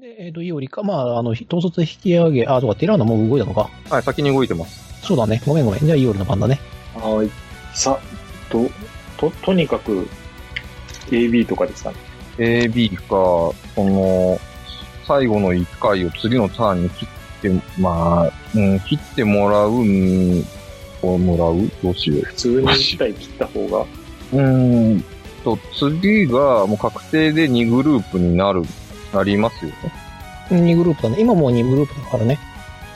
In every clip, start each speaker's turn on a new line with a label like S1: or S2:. S1: で、えっ、と、イオリか、まあ、あの、ひ統率で引き上げ、あ、そうか、テラーナもう動いたのか。
S2: はい、先に動いてます。
S1: そうだね。ごめんごめん。じゃあ、イオリの番だね。
S3: はい。さ、と、と、とにかく、AB とかですかね。
S2: AB か、その、最後の1回を次のターンに切って、まあ、うん、切ってもらう、うん、をもらうどうしよう。
S3: 普通に1体切った方が、
S2: うーんと、次がもう確定で2グループになる、なりますよね。
S1: 2グループだね。今もう2グループだからね。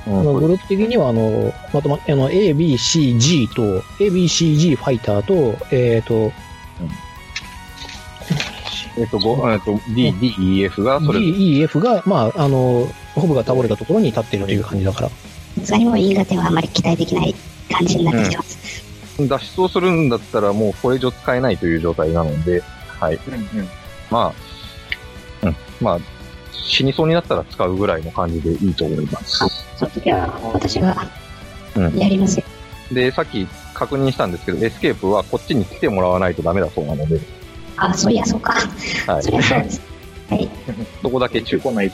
S2: う
S1: あの
S2: ん、こ
S1: グ
S2: れ
S1: ループ的には、あの、まとま、あの、A、B、C、G と、A、B、C、G ファイターと、えっ、と、
S2: えっと、ごえっと、D、D、E、F がそれ、
S1: D、E、F が、まあ、あの、ホブが倒れたところに立っているという感じだから。
S4: それも E が手はあまり期待できない感じになってきてます。
S2: 脱出をするんだったらもうこれ以上使えないという状態なので、はい。まあ、うん、まあ、死にそうになったら使うぐらいの感じでいいと思います。
S4: その時は私が
S2: うん
S4: やりますよ。
S2: で、さっき確認したんですけど、エスケープはこっちに来てもらわないとダメだそうなので、
S4: あ、そういや、そうか。
S2: はい
S4: そ。りゃそうです。はい。
S2: そこだけ注
S3: 中
S2: 意。
S3: 古ない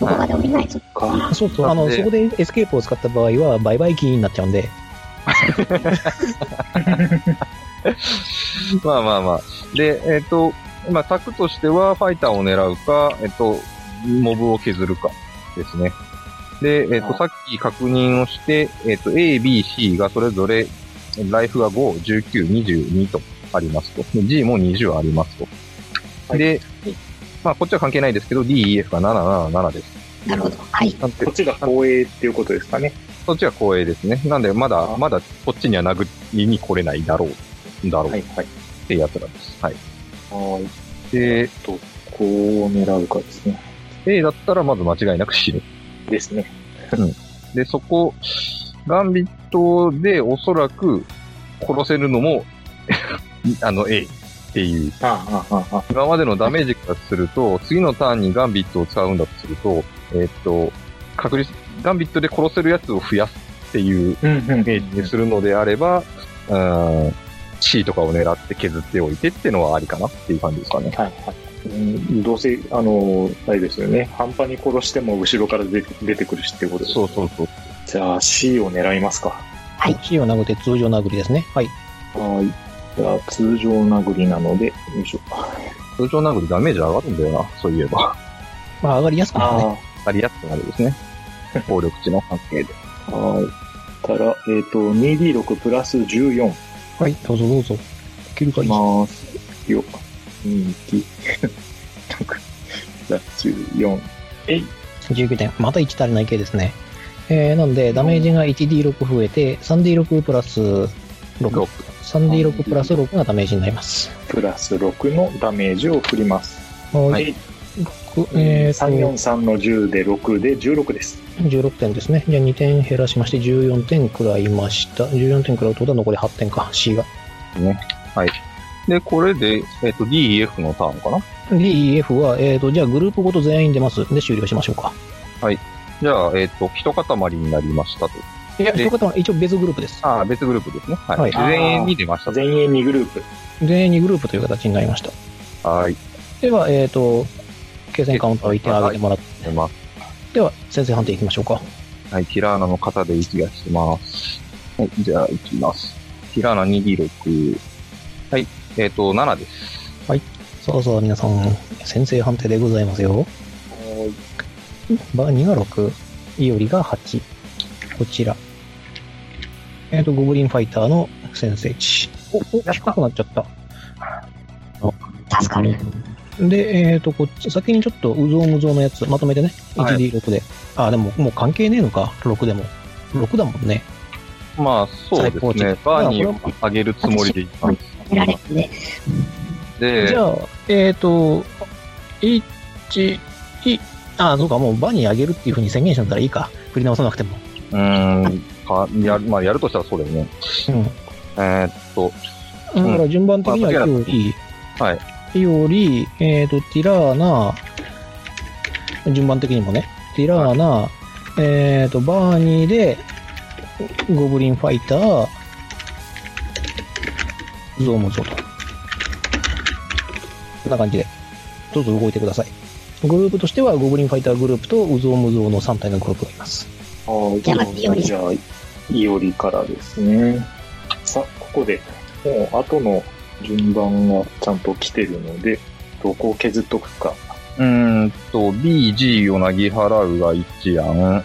S4: どこまで降りないと。
S3: か。
S1: そうそう、あ
S2: なん
S1: の、
S2: で
S1: そこでエスケープを使った場合は、バイバイキーになっちゃうんで、
S2: まあまあまあ。で、えっ、と、まあ、策としては、ファイターを狙うか、えっ、と、モブを削るか、ですね。で、えっ、と、さっき確認をして、えっ、と、A、B、C がそれぞれ、ライフが5、19、22とありますと。で G も20ありますと。で、まあ、こっちは関係ないですけど、D、E、F が777です。
S4: なるほど。はい。
S2: なんて
S3: こっちが光栄っていうことですかね。
S2: そっちは光栄ですね。なんで、まだ、まだ、こっちには殴りに来れないだろう、だろう
S3: はい
S2: っ
S3: はい。
S2: てやつなんです。はい。
S3: はい。
S2: で、
S3: こう狙うかですね。
S2: A だったら、まず間違いなく死ぬ。
S3: ですね。
S2: で、そこ、ガンビットでおそらく殺せるのも、 あの A っていう。
S3: ああ、ああ、ああ。
S2: 今までのダメージからすると、次のターンにガンビットを使うんだとすると、えっと、確率、ガンビットで殺せるやつを増やすっていう
S3: うんうん
S2: イメージにするのであれば、うーん、C とかを狙って削っておいてってのはありかなっていう感じですかね。
S3: はいはい。うんどうせ、あの、あれですよね。半端に殺しても後ろから出て出てくるしっていうことです。
S2: そうそうそう。
S3: じゃあ C を狙いますか。
S1: C を殴って通常殴りですね。はい。
S3: はい。じゃあ通常殴りなので、よいしょ。
S2: 通常殴りダメージ上がるんだよな、そういえば。
S1: まあ、上がりやすくなるね。
S3: あ
S2: 上がりやすくなるです ね。暴力値の関係で。
S3: あ、はい。たら、えっ、と、2D6 プラス14い
S1: はい、どうぞどうぞ。いけるかい
S3: き
S1: い。
S3: ますよ。2D、プラス14。
S1: 19点。また1足りない系ですね。えー、なんで、ダメージが 1D6 増えて、3D6 プラス6。
S2: 6
S1: 3D6 プラス6がダメージになります。
S3: プラス6のダメージを振ります。
S1: は
S2: はいい。
S1: えー、
S3: 343の10で6で16です。
S1: 16点ですね。じゃあ2点減らしまして、14点食らいました。14点食らうってことは残り8点か、C が。
S2: で、これで、えっ、と、DEF のターンかな
S1: DEF は、えーと、じゃあグループごと全員出ます。で、終了しましょうか。
S2: じゃあ、えっ、と、一塊になりましたと。
S1: いや、
S2: で
S1: 一方は一応別グループです。
S2: ああ、別グループですね。はい。
S1: はい
S2: 全員に出ましたと。
S3: 全員2グループ。
S1: 全員2グループという形になりました。
S2: はい。
S1: では、えーと、継戦カウンターを1点上げてもらって、
S2: 出ます。
S1: では、先生判定いきましょうか。
S2: はい。ティラーナの型で息がしてます。はい。じゃあ、いきます。ティラーナ 2D6。はい。えっ、と、7です。
S1: さあさあ皆さん、先生判定でございますよ。バーニが6、イオリが8、こちら。えっ、と、ゴブリンファイターの先生値。お、お、低くなっちゃった。
S4: 助かる。
S1: で、えっ、と、こっち、先にちょっと、うぞうむぞうのやつ、まとめてね。
S2: はい
S1: 1D6 で。あ、でも、もう関係ねえのか、6でも。6だもんね。
S2: まあ、そうです
S1: 最
S2: ね。
S1: あ
S2: バー
S1: これ
S2: ニー
S1: は
S2: を上げるつもりでいったんです。
S4: 見られるんで、
S2: で
S1: じ、ゃあ、えっ、と、1、い、あ、そうか、もう場にあげるっていうふうに宣言したんだったらいいか。振り直さなくても。
S2: うーん、か、やる、まあ、やるとしたらそうだよね。
S1: うん。
S2: えーっと、
S1: だから順番的には
S2: まあ
S1: イオリ、
S2: 間違いな
S1: イオリ、えっ、と、ティラーナ、順番的にもね、ティラーナ、えっ、と、バーニーで、ゴブリンファイター、ゾウムゾウと。こんな感じで、どうぞ動いてください。グループとしてはゴブリンファイターグループとウゾウムゾウの3体のグループがいます。
S3: あー
S4: じゃあまずいおり
S3: じゃあ、いおりからですね。さあ、ここで、もう後の順番がちゃんと来てるので、どこを削っとくか。
S2: うーんと、B、G をなぎ払うが一案。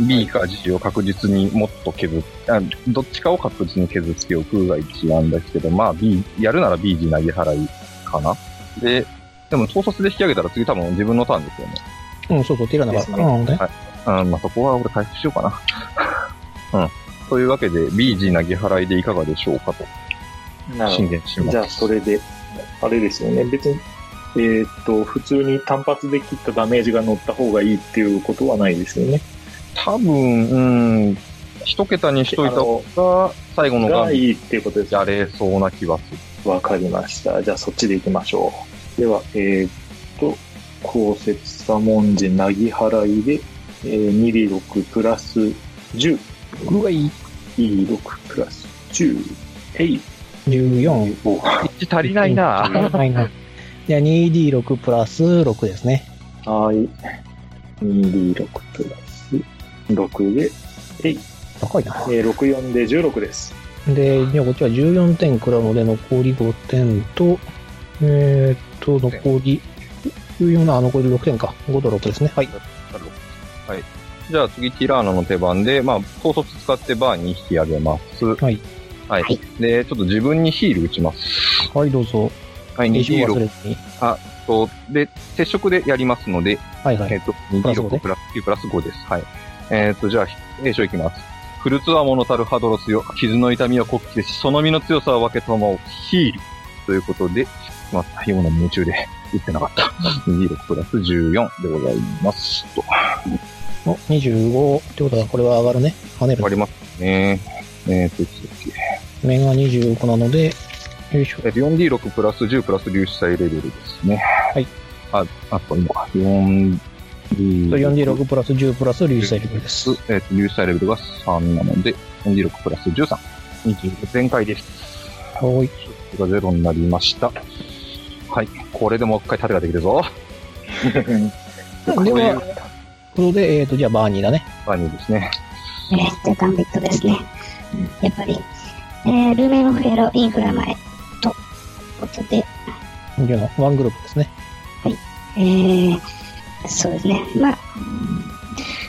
S2: B か G を確実にもっと削っあ、どっちかを確実に削っておくが一案だけど、まあ B、やるなら B、G なぎ払いかな。で、でも統率で引き上げたら次多分自分のターンですよね。
S1: うん、そうそう、ティラナが。
S3: ですね
S1: うん、ね。
S2: うん、まあそこは俺回復しようかな。 うん。というわけで、B、G なぎ払いでいかがでしょうかと
S3: な
S2: 進言します。
S3: じゃあ、それで、あれですよね。別に、えーっと、普通に単発で切ったダメージが乗った方がいいっていうことはないですよね。
S2: 多分、うん、一桁にしといた方が、最後のガ
S3: がい
S2: ン
S3: いっていうことです
S2: やれそうな気はする。
S3: わかりました。じゃあそっちで行きましょう。では、えーっと、公設左文字、なぎ払いで、えー、2D6 プラス10、
S1: グがいい。
S3: E6 プラス10、えい、
S1: 14。
S3: お
S2: 1足りないな
S1: うん足りないな。じゃあ 2D6 プラス6ですね。
S3: はい。2D6 プラス6で、えい、
S1: 高いな。
S3: えー、64で16です。
S1: で、今こっちは14点食らうので、残り5点と、えー、っと、残り、14な、あ残り6点か。5と6ですね。はい。
S2: はい。じゃあ次、ティラーナの手番で、まあ、高卒使ってバーに引き上げます。
S1: はい。
S2: はい。
S4: はい
S2: で、ちょっと自分にヒール打ちます。
S1: はい、どうぞ。
S2: はい、
S1: 練習忘
S2: 2D6
S1: れずに。
S2: と、で、接触でやりますので、
S1: はいは
S2: えっ、
S1: い。
S2: と、
S1: プラス五
S2: 2D6
S1: ね
S2: プラス9プラス5です。はい。えっ、と、じゃあ、A 章いきます。フルツアーものたるハドロスよ。傷の痛みを酷してし、その身の強さを分けたまをヒール。ということで、まあ、太陽の夢中で打ってなかった。2D6 プラス14でございます。と、
S1: お、25。ってことは、これは上がるね。跳ねる
S2: わりますね。えっ、と、いつだっけ
S1: 目が25なので、よいしょ。
S2: えっと 4D6 プラス10プラス粒子体レベルですね。
S1: はい。
S2: あ、あと今か。4D6。
S1: 4D6 プラス10プラス粒子体力で
S2: プ
S1: す
S2: ラ。スえっ、と、粒子体レベルが3なので、4D6 プラス13。26全開です。
S1: はい。
S2: これが0になりました。はい。これでもう一回盾ができ るぞ。
S1: では、これで、えっ、と、じゃあ、バーニーだね。
S2: バニーですね。
S4: えーっと、ガンビットですね。やっぱり、えー、ルーメイムフレロ、インフラ前と、ことで、
S1: いうのワングループですね。
S4: えー、そうですね。まあ、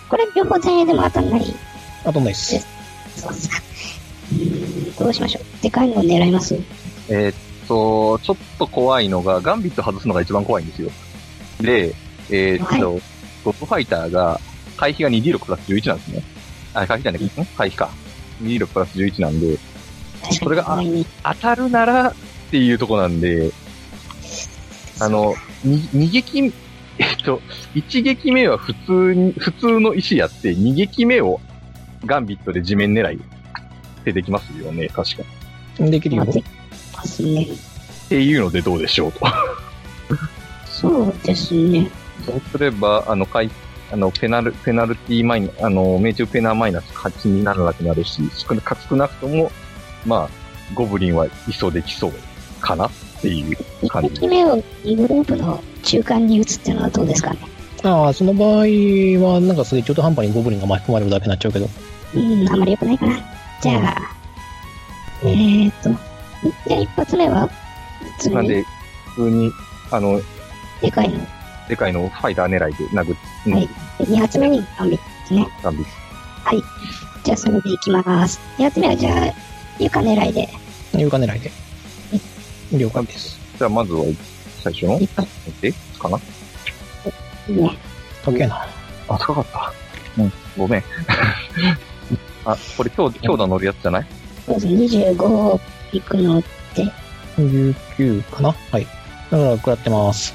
S4: これ両方前衛でも当たんない
S1: あとないっす。
S4: そうっすか。どうしましょう。でかいのを狙います
S2: えーっと、ちょっと怖いのが、ガンビット外すのが一番怖いんですよ。で、えーっと、ゴッドファイターが、回避が 2D6 プラス11なんですね。あ、回避じゃない、ん回避か。2D6 プラス11なんで、
S4: 確か
S2: それ
S4: に
S2: が
S4: 怖いに。
S2: 当たるならっていうとこなんで、あの、に二撃、えっと、一撃目は普通に、普通の石やって、二撃目をガンビットで地面狙いってできますよね、確か。
S1: できるよ
S4: まあ。できますね。
S2: っていうのでどうでしょうと。
S4: そうですね。
S2: そうすれば、あの、かいあの、ペナル、ペナルティマイナあの、命中ペナーマイナス8にならなくなるし、少なか少なくとも、まあ、ゴブリンはいそうできそうかなっていう感
S4: 1
S2: じ
S4: 匹。目を2グループの中間に打つっていうのはどうですかね。
S1: ああ、その場合は、なんかすげえ中途半端にゴブリンが巻き込まれるだけになっちゃうけど。
S4: うん、あまり良くないかな。じゃあ、
S1: うん
S4: えーっと、じゃあ一発目は、普通
S2: なん
S4: に
S2: で、普通に、あの、
S4: でかいの。
S2: でかいのをファイター狙いで殴って、
S4: はい二発目にガンビットですね。
S2: たんです。
S4: じゃあそれでいきます。二発目はじゃあ、床狙いで、
S1: 床狙いで。了解です。
S2: じゃあ、まずは、最初の、
S4: 一発
S2: えかな
S4: 目ね。
S1: かっけえな。
S2: あ、高かった。うん、ごめん。 あ、これ強、強打乗るやつじゃない
S4: そうですね、25いくの、
S1: 19かなはい。だから、食らってます。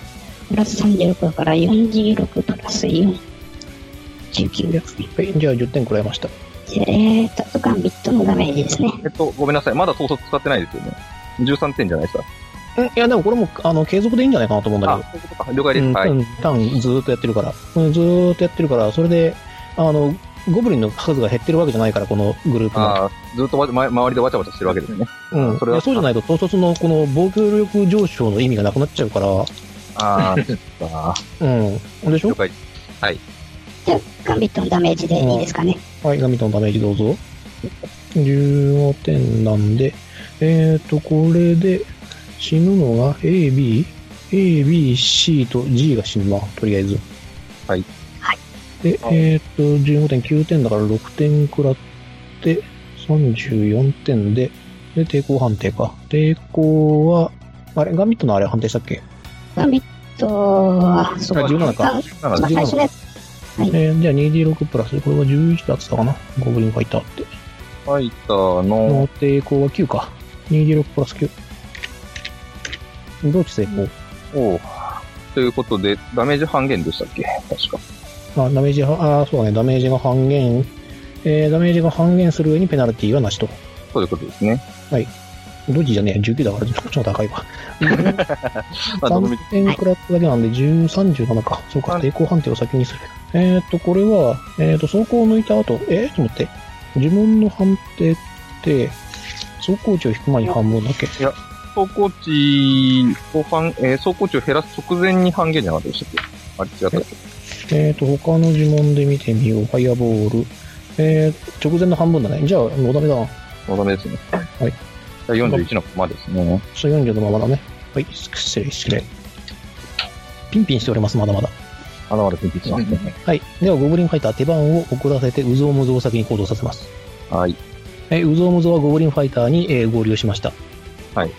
S4: プラス36だから46プラス4。19ですね。
S1: はい。じゃあ、10点食らいました。
S4: でえーっと、あとガンビットのダメージですね。
S2: えっと、ごめんなさい。まだ統率使ってないですよね。13点じゃないですか。
S1: うん、いや、でもこれも、あの、継続でいいんじゃないかなと思うんだけど
S2: あ。、そういうことか。了解です。
S1: うん、
S2: はい。
S1: うんターンずーっとやってるから、うんずーっとやってるから、それで、あの、ゴブリンの数が減ってるわけじゃないから、このグループの。
S2: ああ、ずっとわ、ま、周りでわちゃわちゃしてるわけですね。
S1: うん、
S2: それは
S1: でそうじゃないと、統率のこの防御力上昇の意味がなくなっちゃうから、
S2: あー、そっか。
S1: うん。でしょ
S2: 了解。
S4: じゃあ、ガンビットのダメージでいいですかね。
S1: はい、ガミットのダメージどうぞ。15点なんで、えっ、ー、と、これで死ぬのが A、B、A、B、C と G が死ぬな、とりあえず。
S2: はい。
S4: はい。
S1: で、
S3: はい
S1: えっ、と、15点、9点だから6点食らって、34点で、で、抵抗判定か。抵抗は、あれ、ガミットのあれ判定したっけ
S4: ガンビットは、そ
S1: あ
S4: こ
S1: 17か。
S4: あ
S2: な
S4: ま
S2: の
S4: あ
S2: で
S4: 最初のやつ
S1: えー、じゃあ 2D6 プラス、これは11だったかな。ゴブリンファイターって。
S2: ファイターの
S1: の抵抗は9か。2D6 プラス9。どっち成功、
S2: 方、ということで、ダメージ半減でしたっけ確か。
S1: あ、ダメージは、あ、そうだね、ダメージが半減。えー、ダメージが半減する上にペナルティーはなしと。
S2: そういうことですね。
S1: どっちじゃねえや、19だから、こっちの方が高いわ。
S2: ま あ、どのみ
S1: 3点食らっただけなんで、10、37か。そうか、
S2: はい
S1: 抵抗判定を先にする。えーっと、これは、えーっと、走行を抜いた後、えー、ちょっと待って。自分の判定って、走行値を引く前に半分だっけ
S2: 走行値を半、えー走行値を減らす直前に半減じゃなかったでしたっけあれ違ったっけ
S1: えー、と、他の呪文で見てみよう。ファイアボール。えー、直前の半分だね。じゃあ、もうダメだな。。
S2: もうダメですね。はい41のまですね。
S1: そう40のままだね。はい、失礼、失礼。ピンピンしております、まだまだ。
S2: まだまだピンピンしてますね。
S1: はい。では、ゴブリンファイター手番を送らせて、ウゾウムゾウを先に行動させます。
S2: はい。
S1: えー、ウゾウムゾウはゴブリンファイターに、えー合流しました。
S2: はい。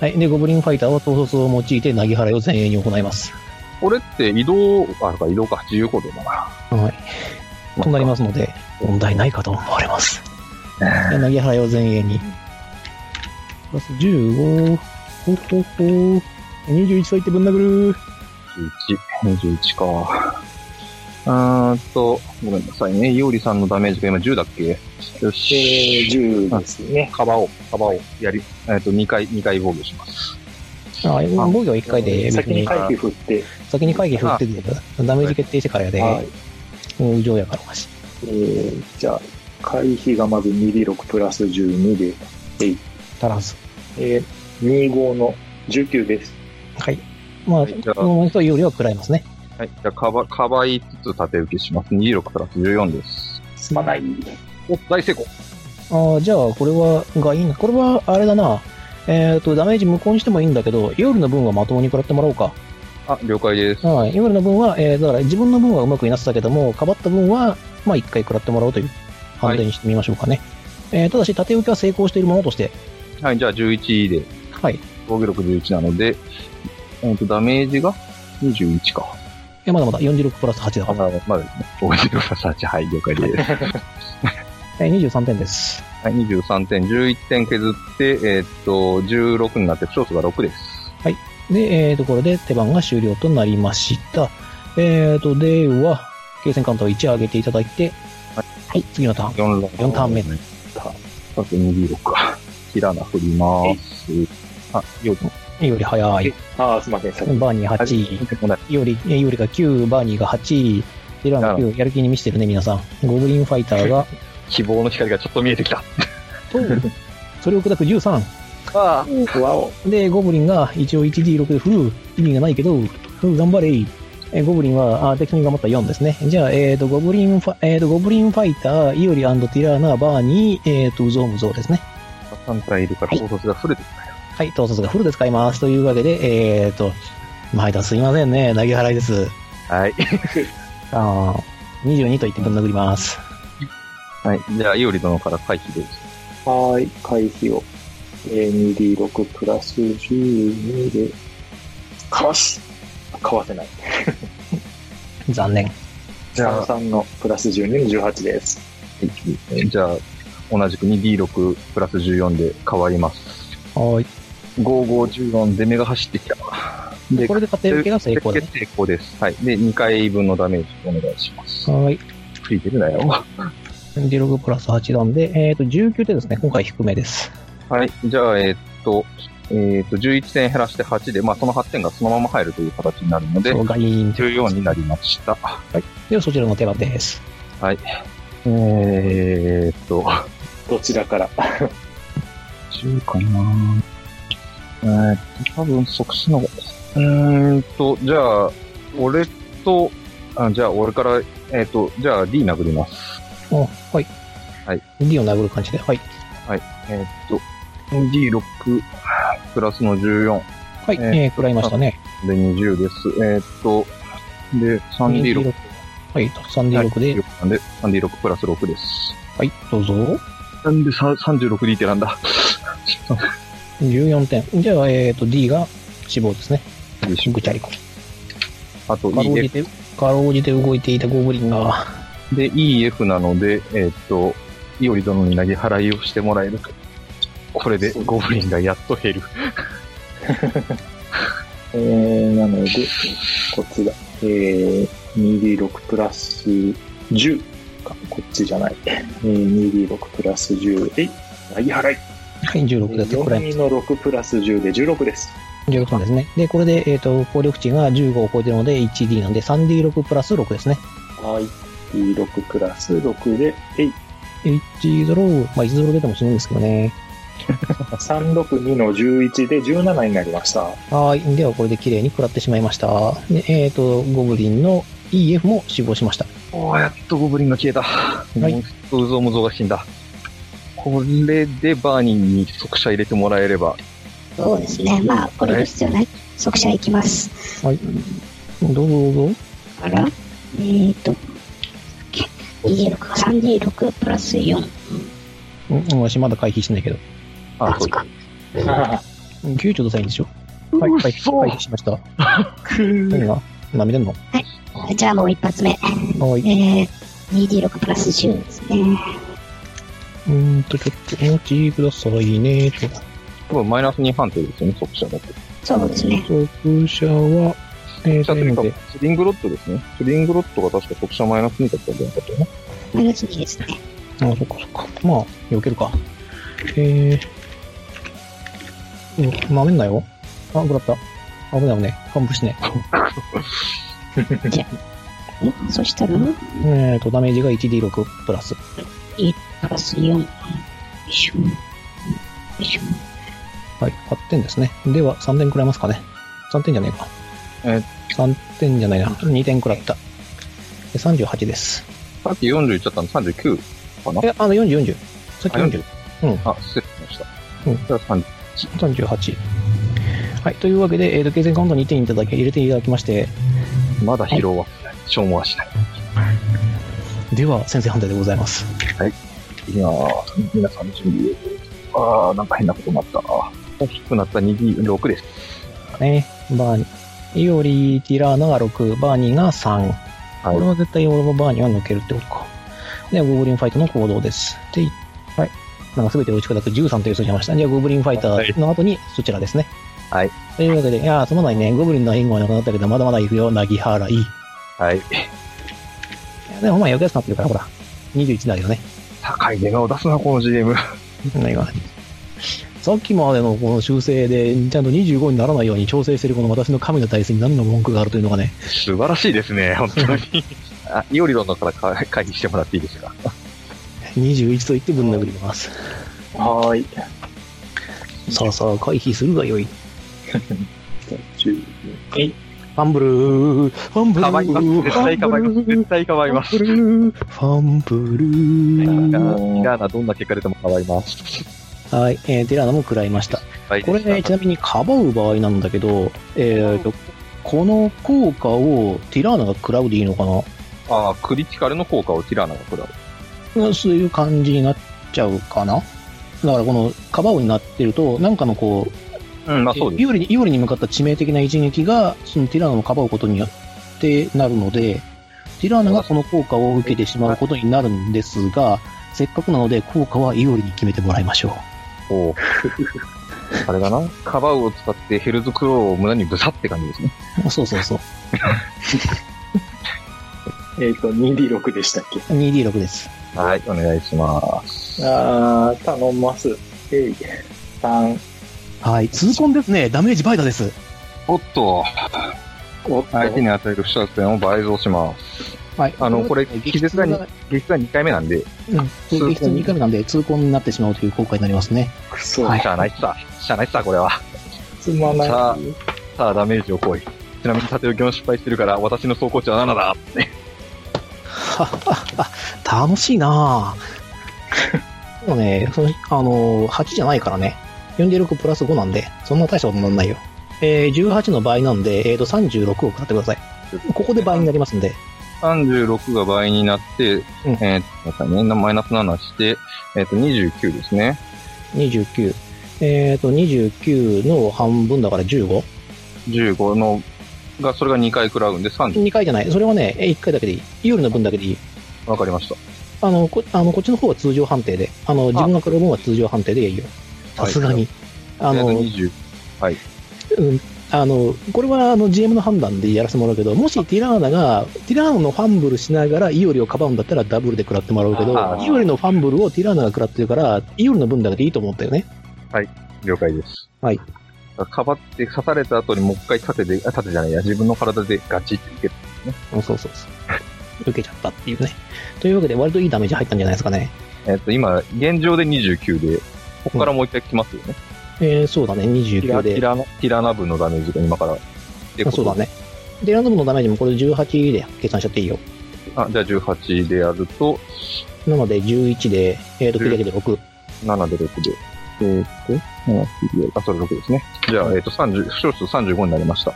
S1: はい。で、ゴブリンファイターは統率を用いて、なぎ払いを前衛に行います。
S2: これって移動、あ、そうか移動か、自由行動だな。。
S1: はい。となりますすので、問題ないかと思われます。投げ払いを前衛に。プラス15、ほほほ、21歳ってぶん殴る。
S2: 21、21か。うーんと、ごめんなさいね。いおりさんのダメージが今10だっけよ
S3: えー、
S2: し。
S3: 10ですね。
S2: カバーを、カバーを、やり、えっ、と、2回、2回防御します。
S1: あ、防御は1回で、別
S3: 先に
S1: に
S3: 回避振って、
S1: 先に会議振ってるけど、ダメージ決定してからやで、
S3: はい。
S1: もう無情やからおかしい。
S3: えー、じゃあ、回避がまず 2D6 プラス12で、
S1: 足らず。
S3: えー、25の19です。
S1: はい。まあ、
S2: はいじゃあ
S1: この人よりは食らいますね。
S2: はい。じゃあ、カバ、カバー5つ縦受けします。26プラス14です。
S3: すまない。
S2: お、大成功
S1: ああ、じゃあ、これは、がいいな。これは、あれだな。えっ、と、ダメージ無効にしてもいいんだけど、夜の分はまともに食らってもらおうか。
S2: あ、了解です。
S1: はい、今の分は、えーだから自分の分はうまくいなってたけども、かばった分は、まあ、一回食らってもらおうという判定にしてみましょうかね。えーただし、縦受けは成功しているものとして、
S2: はい、じゃあ11で、
S1: はい。
S2: 防御力11なので、えっ、と、ダメージが21か。
S1: えまだまだ46プラス8だ
S2: あ、
S1: から、
S2: まだ、まだですね。防御力プラス8、はい、了解です。
S1: えー23点です。
S2: はい、23点、11点削って、えーっと、16になって、ショートが6です。
S1: で、えーところで手番が終了となりました。えーと、では、継戦カウントを1上げていただいて、はい、次のターン。
S2: 4,
S1: 四ターン目
S2: さて、26か。切らな振ります。あ、よう
S1: より早い。
S3: ああ、すいません、先に。
S1: バーニー8。より、えよりが9、バーニーが8。ディランが9、やる気に満ちてるね、皆さん。ゴブリンファイターが、
S2: 希望の光がちょっと見えてきた。
S1: と、それを砕く13。
S2: あ
S3: わお。
S1: で、ゴブリンが一応 1D6 で振る。意味がないけど、振る、頑張れい。えーゴブリンは、あ、敵に頑張った4ですね。じゃあ、えっ、と、ゴブリンファ、えーと、ゴブリンファイター、イオリティラーナ、バーニー、えっ、と、ウゾウムゾウですね。
S2: あ、3体いるから、
S1: はい
S2: 高卒が溢れてきたよ。
S1: はい、統率がフルで使います。というわけで、えっ、と、毎度すいませんね。投げ払いです。
S2: はい。
S1: あー22と言ってぶん殴ります。
S2: はい。じゃあ、いおり殿から回避です。
S3: はーい、回避を。えー、2D6 プラス12で、かわし、かわせない。
S1: 残念。
S2: じゃあ
S3: 33のプラス12の18です。
S2: はいじゃあ、同じく 2D6 プラス14で変わります。
S1: はい。
S2: 5514で目が走ってきた。で
S1: これで勝てるけが成功だね。
S2: 成功です。はい。で、2回分のダメージお願いします。
S1: はい。
S2: ついてるなよ。
S1: D6 プラス8なんで、えっ、と、19点ですね。今回低めです。
S2: はい。じゃあ、えーっと、えーっと、11点減らして8で、まあ、その8点がそのまま入るという形になるので
S1: そ、うガイーン
S2: 14になりました。はい。
S1: で、そちらの手番です。
S2: えーっと、
S3: どちらから。
S2: 10かなえー、多分即死の、うーんと、じゃあ、俺と、あじゃあ俺から、えっ、と、じゃあ D 殴ります。
S1: あ、はい。
S2: はい。
S1: D を殴る感じで。はい。
S2: えっ、と、D6 プラスの14
S1: はい。
S2: え
S1: えー、
S2: ー
S1: 食らいましたね。
S2: で20です。えっ、と、で、3D6。
S1: はい。3D6 で。
S2: なんで、3D6 プラス6です。
S1: はい。どうぞ。
S2: なんでさ 36D ってなんだ
S1: 14点。じゃあ、えっ、と、D が死亡ですね。ぐちゃり。か
S2: あと
S1: ろうじ
S2: EF。
S1: て、かろうじて動いていたゴブリンが、
S2: で、EF なので、えっ、と、イオリ殿に投げ払いをしてもらえると。これでゴブリンがやっと減る。
S3: えー、なので、こっちだ。えー、2D6 プラス10か。こっちじゃない。えー、2D6 プラス10で、投げ払い。
S1: はい、16です。これ、
S3: 4の6プラス10で16です。
S1: 16なんですね。で、これで、えっ、と、効力値が15を超えてるので 1D なんで 3D6 プラス6ですね。
S3: はい。D6 プラス6で、えい。
S1: 10、まあ、10出ても死ぬんですけどね。
S3: 362の11で17になりました。
S1: はい。では、これで綺麗に食らってしまいました。でえっ、と、ゴブリンの EF も死亡しました。
S2: おー、やっとゴブリンが消えた。はいもうウゾムゾが死んだ。これでバーニンに速射入れてもらえれば、
S4: そうですね。まあ、これる必要ない。即射いきます。
S1: はい。どうぞ。
S4: あらえーと、2D6 か 3D6 プラス4。
S1: うん、私まだ回避してないけど。
S2: あ、そ
S4: あそううか。
S1: うん90度差いいんでしょ
S4: う
S1: はい、
S4: わ
S1: はい、回避しました。何が何見てんの
S4: じゃあもう一発目。
S1: はい。
S4: えー、2D6 プラス10ですね。
S1: うーんと、ちょっとお待ちくださいね。と
S2: 多分マイナス2判定ですよね、速射だと。
S4: そうですね。
S1: 速射は、えー、
S2: じ
S1: と
S2: ゃあと
S1: いう
S2: にか
S1: ので、
S2: くスリングロットですね。スリングロットが確か速射マイナス2だったんじゃなかったよね。
S4: マイナス2ですね。
S1: あ、そっかそっか。まあ、避けるか。えー、なめんなよ。あ、食らった。危ない危ない。完封しね。
S4: んそしたら、
S1: えーと、ダメージが 1D6 プラス。
S4: プラス4。よいしょ。よいしょ。
S1: はい、8点ですね。では、3点くらいますかね。3点じゃねえか。
S2: え
S1: 3点じゃないな。2点くらった。で38です。
S2: さっき40いっちゃったの39かな
S1: え、あの、40、40。さっき
S2: あ
S1: 40。うん。
S2: あ、失礼しました。
S1: うん
S2: じゃあ30
S1: 38。はい、というわけで、えーと、経線カウント2点いただき、入れていただきまして、
S2: まだ疲労はしない。消耗はしない。
S1: では、先生判定でございます。
S2: いやー皆さんの準備。あー、なんか変なことになった。大きくなった 2D6 です。
S1: ね、バーニー。イオリ、ティラーナが6、バーニーが3。
S2: はい
S1: これは絶対俺もバーニーは抜けるってことか。で、ゴブリンファイトの行動です。で、はい。なんか全てを打ち砕く13という数字が出ました。じゃあ、ゴブリンファイターの後にそちらですね。
S2: はい。
S1: というわけで、いやー、すまないね。ゴブリンの援護はなくなったけど、まだまだ行くよ、なぎはらい。い
S2: はい。
S1: や、でもまあ、よくやつになってるから、ほら。21だけどね。
S2: 高い出顔出すな、この GM。
S1: 何が。さっきまでのこの修正で、ちゃんと25にならないように調整してるこの私の神の体質に何の文句があるというのがね、
S2: 素晴らしいですね、本当に。 あ、イオリドンだからか回避してもらっていいですか。
S1: 21と言ってぶん殴ります。
S3: はーい。
S1: さあさあ、回避するがよい。
S3: 10
S1: ファンブルー、ファンブルー、
S2: かばいます。絶対かばいます。絶対かばいます。
S1: ファンブルー、ファンブル
S2: ガーナ、どんな結果出てもかばいます。
S1: ー。はい、えー、ティラーナも食らいました。
S2: はい
S1: これ、ね、ち
S2: ちょ
S1: なみにかばう場合なんだけど、えーと、この効果をティラーナが食らうでいいのかな
S2: あークリティカルの効果をティラーナが食らう。
S1: うんそういう感じになっちゃうかなだからこのカバオになってると、なんかのこう、
S2: うん、まあそうです。
S1: イオリにイオリに向かった致命的な一撃が、そのティラーナをかばうことによってなるので、ティラーナがその効果を受けてしまうことになるんですが、せっかくなので効果はイオリに決めてもらいましょ
S2: こ う。あれだな。カバウを使ってヘルズクローを胸にブサって感じですね。
S1: う。そうそうそう。
S3: えっ、と、2D6 でしたっけ
S1: 2D6 です。
S2: はい、お願いします。
S3: あー、頼ます。えい。3。
S1: はい。痛恨ですね。ダメージ倍打です。
S2: おっと、
S3: おっと
S2: 相手に与える不射線を倍増します。
S1: はい。
S2: あのこれ
S1: 激痛が
S2: 気絶撃破2回目なんで、
S1: うん。そう激痛2回目なんで、痛恨になってしまうという効果になりますね。
S3: くそ。
S1: はい
S2: しゃあないっさ。しゃあないっさ、これは。
S3: 進まない。
S2: さあさあ、ダメージを来い。ちなみに縦置きも失敗してるから、私の走行値は7だ。
S1: 楽しいなぁ。でもね、その、あのー、8じゃないからね。46プラス5なんで、そんな大したことにならないよ。えー、18の倍なんで、えーと、36を食らってください。ここで倍になりますんで。
S2: 36が倍になって、
S1: うん
S2: えー、またね、マイナス7して、えっ、と、29ですね。
S1: 29。えっ、と、29の半分だから 15?2
S2: 15の、が、それが2回食らうんで30。
S1: 回じゃない。それはね、1回だけでいい。夜の分だけでいい。
S2: わかりました。
S1: あの、こあのこっちの方は通常判定で。あの、自分が食らう分は通常判定でいいよ。さすがに。あ
S2: えー
S1: の
S2: と、20
S1: うん、あの、これはあの GM の判断でやらせてもらうけど、もしティラーナが、ティラーナのファンブルしながらイオリをかばうんだったらダブルで食らってもらうけ
S2: あ
S1: ど、
S3: ー
S1: イオリのファンブルをティラーナが食らってるから、イオリの分だけでいいと思ったよね。
S2: 了解です。
S1: はい。
S2: かばって刺された後にもう一回縦で、あ、縦じゃないや、自分の体でガチって受け
S1: うんそうそうそう。受けちゃったっていうね。というわけで、割といいダメージ入ったんじゃないですかね。
S2: えっ、と、今、現状で29で、ここからもう一回来ますよね。
S1: えー、そうだね、
S2: ティラ
S1: 29
S2: ティ
S1: で。
S2: ラナ、ティラナ部のダメージが今から。で
S1: あそうだ。ね。で、ランダムのダメージもこれ18で計算しちゃっていいよ。
S2: あ、じゃあ18でやると、
S1: なので11で、えーと、クリアで6。
S2: 7で6で。えーっと、7であ、それ6ですね。じゃあ、えっと、30、少数35になりました。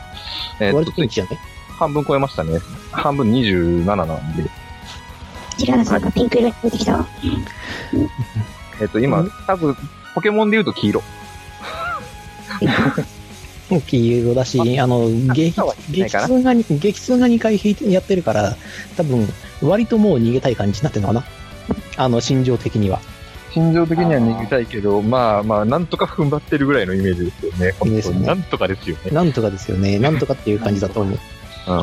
S2: えーっ
S1: 割
S2: と、
S1: と
S2: つ
S1: ピン
S2: い
S1: チじゃね。
S2: 半分超えましたね。半分27なんで、
S4: ティラーナさんがピンク色に出てきたわ。
S2: えっと、今
S1: うん、
S2: 多分、ポケモンで言うと黄色。
S1: もう黄色だし、あの、激
S2: 赤は引いてない
S1: 激
S2: かな
S1: 痛がに、激痛が2回引いてやってるから、多分、割ともう逃げたい感じになってるのかな。あの、心情的には。
S2: 心情的には逃げたいけど、まあまあ、なんとか踏ん張ってるぐらいのイメージですよね。本
S1: です
S2: 当
S1: ね
S2: に。なんとかですよね。
S1: なんとかですよね。なんとかっていう感じだと思う。
S2: うん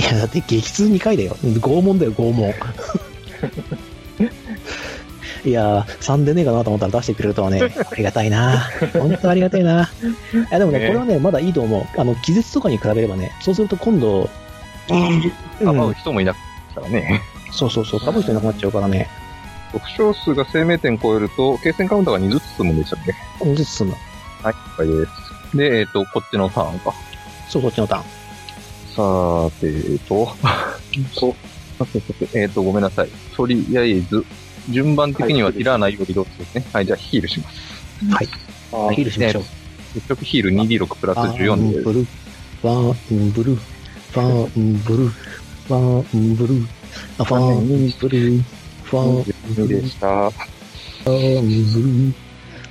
S1: いや、だって激痛2回だよ。拷問だよ、拷 問。いやー、3でねえかなと思ったら出してくれると はね、ありがたいな。本当ありがたいな。いや、でもね、
S2: ね
S1: これはね、まだいいと思う。あの、気絶とかに比べればね、そうすると今度、
S4: ね
S1: う
S2: かば
S1: ん
S2: う、人もいなくなったからね。
S1: そうそうそう、かぶる人いなくなっちゃうからね、
S2: 特傷数が生命点超えると、経線カウンターが2ずつ進むんでしたっけ
S1: うんずつ進む。
S2: はい、了解です。で、えっ、と、こっちのターンか。
S1: そう、そっちのターン。
S2: さーて、えっ、 と、
S3: そう。
S2: さてさてえっ、と、ごめんなさい。とりあえず、順番的には
S3: はい
S2: ティラーナよりどうですね。はい、じゃあヒールします。
S3: あ
S1: ヒールしましょう。
S2: 結局ヒール 2D6 プラス
S1: ワン
S2: 14で
S1: ブルー、ワンブルー、ワンブルー、ワンブルー、あワンブルー、ワンブ
S2: 22
S1: ル
S2: で
S1: ー、
S2: した。
S1: ワンブルー、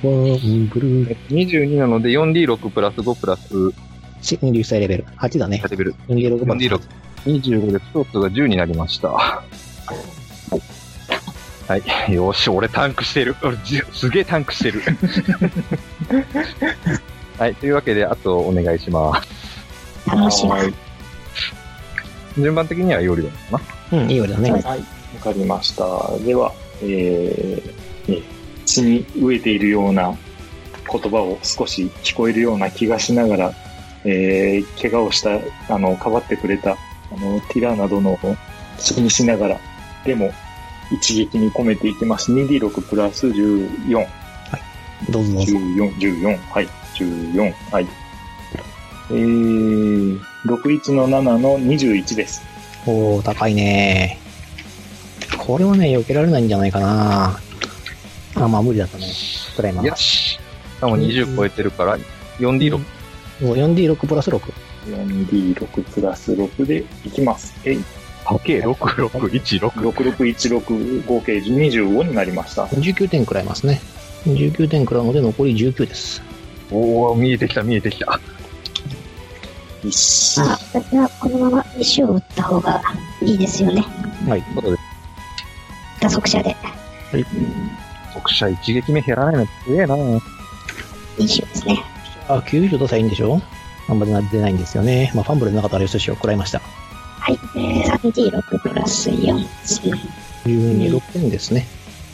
S1: ワンブルー、
S2: 22なので 4D6 プラス5プラス
S1: し流星レベル8だね。
S2: レベル
S1: 46番。
S2: 4D6。25でストーツが10になりました。はい。よーし、俺タンクしてる。俺じゅすげえタンクし てる。はい。というわけで、あとお願いします。
S4: え楽しいな。
S3: はい。
S2: 順番的にはよりだったかな。
S1: うん、いいよだね。
S3: はい。わかりました。では、えー、ね血に飢えているような言葉を少し聞こえるような気がしながら、えー、怪我をした、あの、かばってくれた、あの、ティラーナ殿を気にしながら、でも、一撃に込めていきます。2D6 プラス14。
S1: どうぞどうぞ。
S3: 14、14、はい、14、はい。えー、61の7の21です。
S1: おー、高いね。これはね、避けられないんじゃないかな。あ、まあ無理だったね。くらいま
S2: よし。しかも20超えてるから、4D6。
S1: 4D6 プラス6。
S3: 4D6 プラス6でいきます。えい、
S2: 計6、6、1、6。
S3: 6616合計25になりました。
S1: 19点くらいますね。19点くらうので残り19です。
S2: おー、見えてきた、見えてきた。
S3: 一死
S4: あ、私はこのまま石を打った方がいいですよね。
S1: はい。
S2: ことで、
S4: 打足者で。
S2: 特殊一撃目減らないの強えな
S4: 石ですね。
S1: あ、90出せばいいんでしょあんまり出ないんですよね。まあ、ファンブルなかったらよしとしよう。食らいました。
S4: はい。えー、3D6 プラス4ですね。
S1: 12、6点ですね。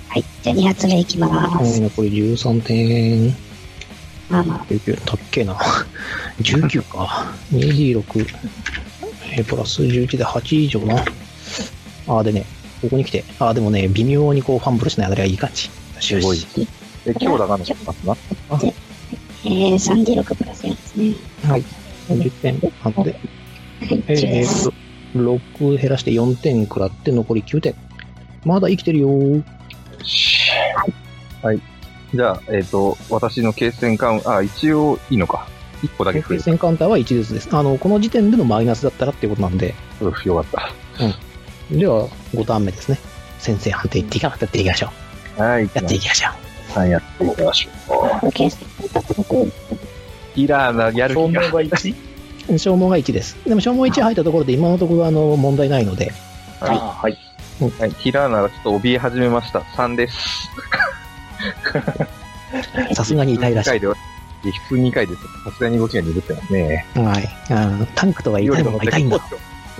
S4: はい。じゃあ2発目いきま
S1: はい、
S4: す。
S1: 残り13点。
S4: まあまあ、
S1: 19、たっけえな。19か。2D6。えープラス11で8以上な。あーでね、ここに来て。あーでもね、微妙にこうファンブルしないあたりがいい感じ。す
S2: ごいえ、強打がなかったな。
S4: えー、3D6 プラス4です。ですね。
S1: はい。10点あって、
S4: はい、
S1: え
S4: 10で
S1: ー
S4: す。
S1: と、6減らして4点食らって残り9点。まだ生きてるよー。
S2: じゃあ、えっ、と、私の決戦カウンあ、一応いいのか。一個だけ増え
S1: 決
S2: る。
S1: 戦カウンターは1ずつです。あの、この時点でのマイナスだったらっていうことなんで、
S2: うんよかっ
S1: では5ターン目ですね。先生判定いっていかなやっていきましょう。
S2: た。はい、
S1: やっていきましょう。
S2: さんやっていきましょ
S4: ケース
S2: う。いらな、やる
S3: 照
S2: 気
S3: 明
S2: が。
S3: が 1?
S1: 消耗が1です。でも消耗1入ったところで今のところあの問題ないので、
S3: ああ はい。
S2: はい、ひらながちょっと怯え始めました。3です。
S1: さすがに痛いらしい。
S2: 2回で、激痛2回です。さすがに動きが鈍ってますね。
S1: はい。うんタンクとは痛いものが痛いんだ。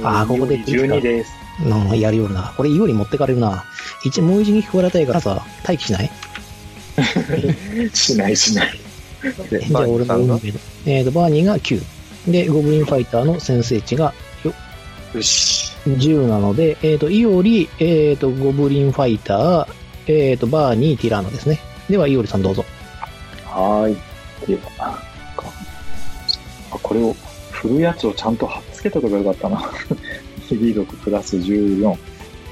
S1: あーここで
S3: 12です。
S1: うん、やるような。これ、イオリ持ってかれるな。一、もう一撃加えられたいからさ、待機しない
S3: しないしない。
S2: で、
S1: じゃあ、俺の運命の。えーと、バーニーが9。で、ゴブリンファイターの先制値が
S3: よし。
S1: 10なので、えーと、イオリ、えーと、ゴブリンファイター、えーと、バーニー、ティラーナですね。では、イオリさんどうぞ。
S3: はーい。では、こあこれを、振るやつをちゃんと貼っつけとけばよかったな。 ヘビー力プラス14。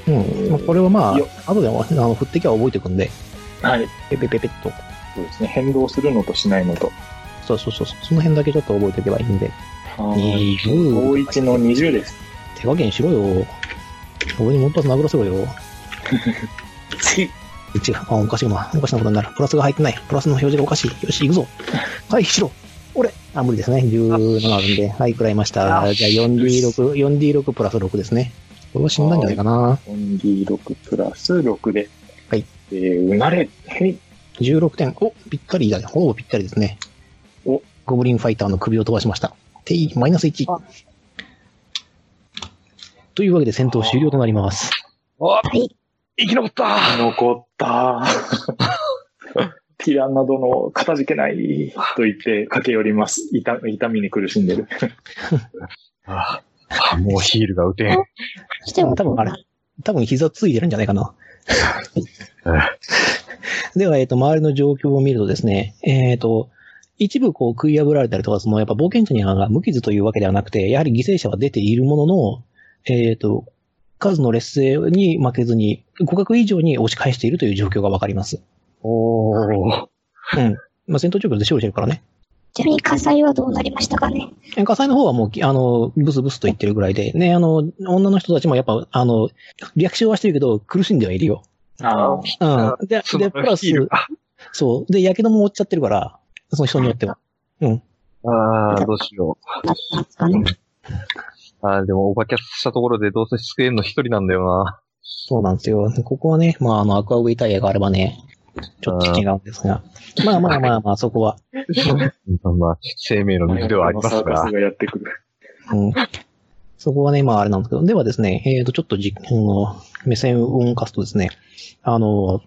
S1: うん。まあ、これはま
S3: いいよ
S1: あ、後でも、あの、振ってきゃ覚えてくんで、
S3: はい。
S1: ペペペペっと。
S3: そうですね。変動するのとしないのと。
S1: そうそうそう。その辺だけちょっと覚えておけばいいんで。
S3: はーい。高
S1: 20。
S3: 1の20です。
S1: 手加減しろよ。俺にもう一発殴らせろよ。
S3: 次。
S1: 違う。あ、おかしいな。おかしなことになる。プラスが入ってない。プラスの表示がおかしい。よし、行くぞ。はい、しろ。俺。あ、無理ですね。17あるんで。はい、食らいました。
S3: よし
S1: じゃあ 4D6、4D6 プラス6ですね。これは死んだんじゃないかな。
S3: 4D6 プラス6で。
S1: はい。
S3: えー、うなれ。へい。
S1: 16点。お、ぴったりだね。ほぼぴったりですね。
S3: お、
S1: ゴブリンファイターの首を飛ばしました。てい、マイナス1
S4: あ。
S1: というわけで戦闘終了となります。
S2: あ
S4: はい。
S2: 生き残った
S3: 残った。 ティランナ殿、かたじけない。と言って駆け寄ります。痛痛みに苦しんでる。
S2: ああ、もうヒールが打てん。
S4: しても、
S1: 多分あれ。多分膝ついてるんじゃないかな。 では、えっ、と、周りの状況を見るとですね、えっ、と、一部こう食い破られたりとか、そのやっぱ冒険者にが無傷というわけではなくて、やはり犠牲者は出ているものの、えっ、と、数の劣勢に負けずに、互角以上に押し返しているという状況がわかります。
S2: おー。
S1: うん。まあ、戦闘状況で勝利してるからね。
S4: ちなみに火災はどうなりましたかね
S1: え火災の方はもうき、あの、ブスブスと言ってるぐらいで、ね、あの、女の人たちもやっぱ、あの、略称はしてるけど、苦しんではいるよ。
S3: ああ。
S1: うん。で、
S2: そ
S1: で、
S2: の
S1: プラス
S2: ヒ、ールが。
S1: そう。で、やけども負っちゃってるから、その人によっては。
S2: ああ、どうしよ
S4: だったんですかね
S2: う。ああ、でもお化けしたところでどうせ救えんの一人なんだよな。
S1: そうなんですよ。ここはね、まあ、あの、アクアウェイタイヤがあればね、ちょっと違うんですが。まあまあまあまあ、そこは。
S2: まあまあ、生命の水ではあります
S3: サーカ
S2: が
S3: ス。がやってくる。
S1: うん。そこはね、まああれなんですけど。ではですね、えっ、と、ちょっとじ、あの、目線を動かすとですね、あの、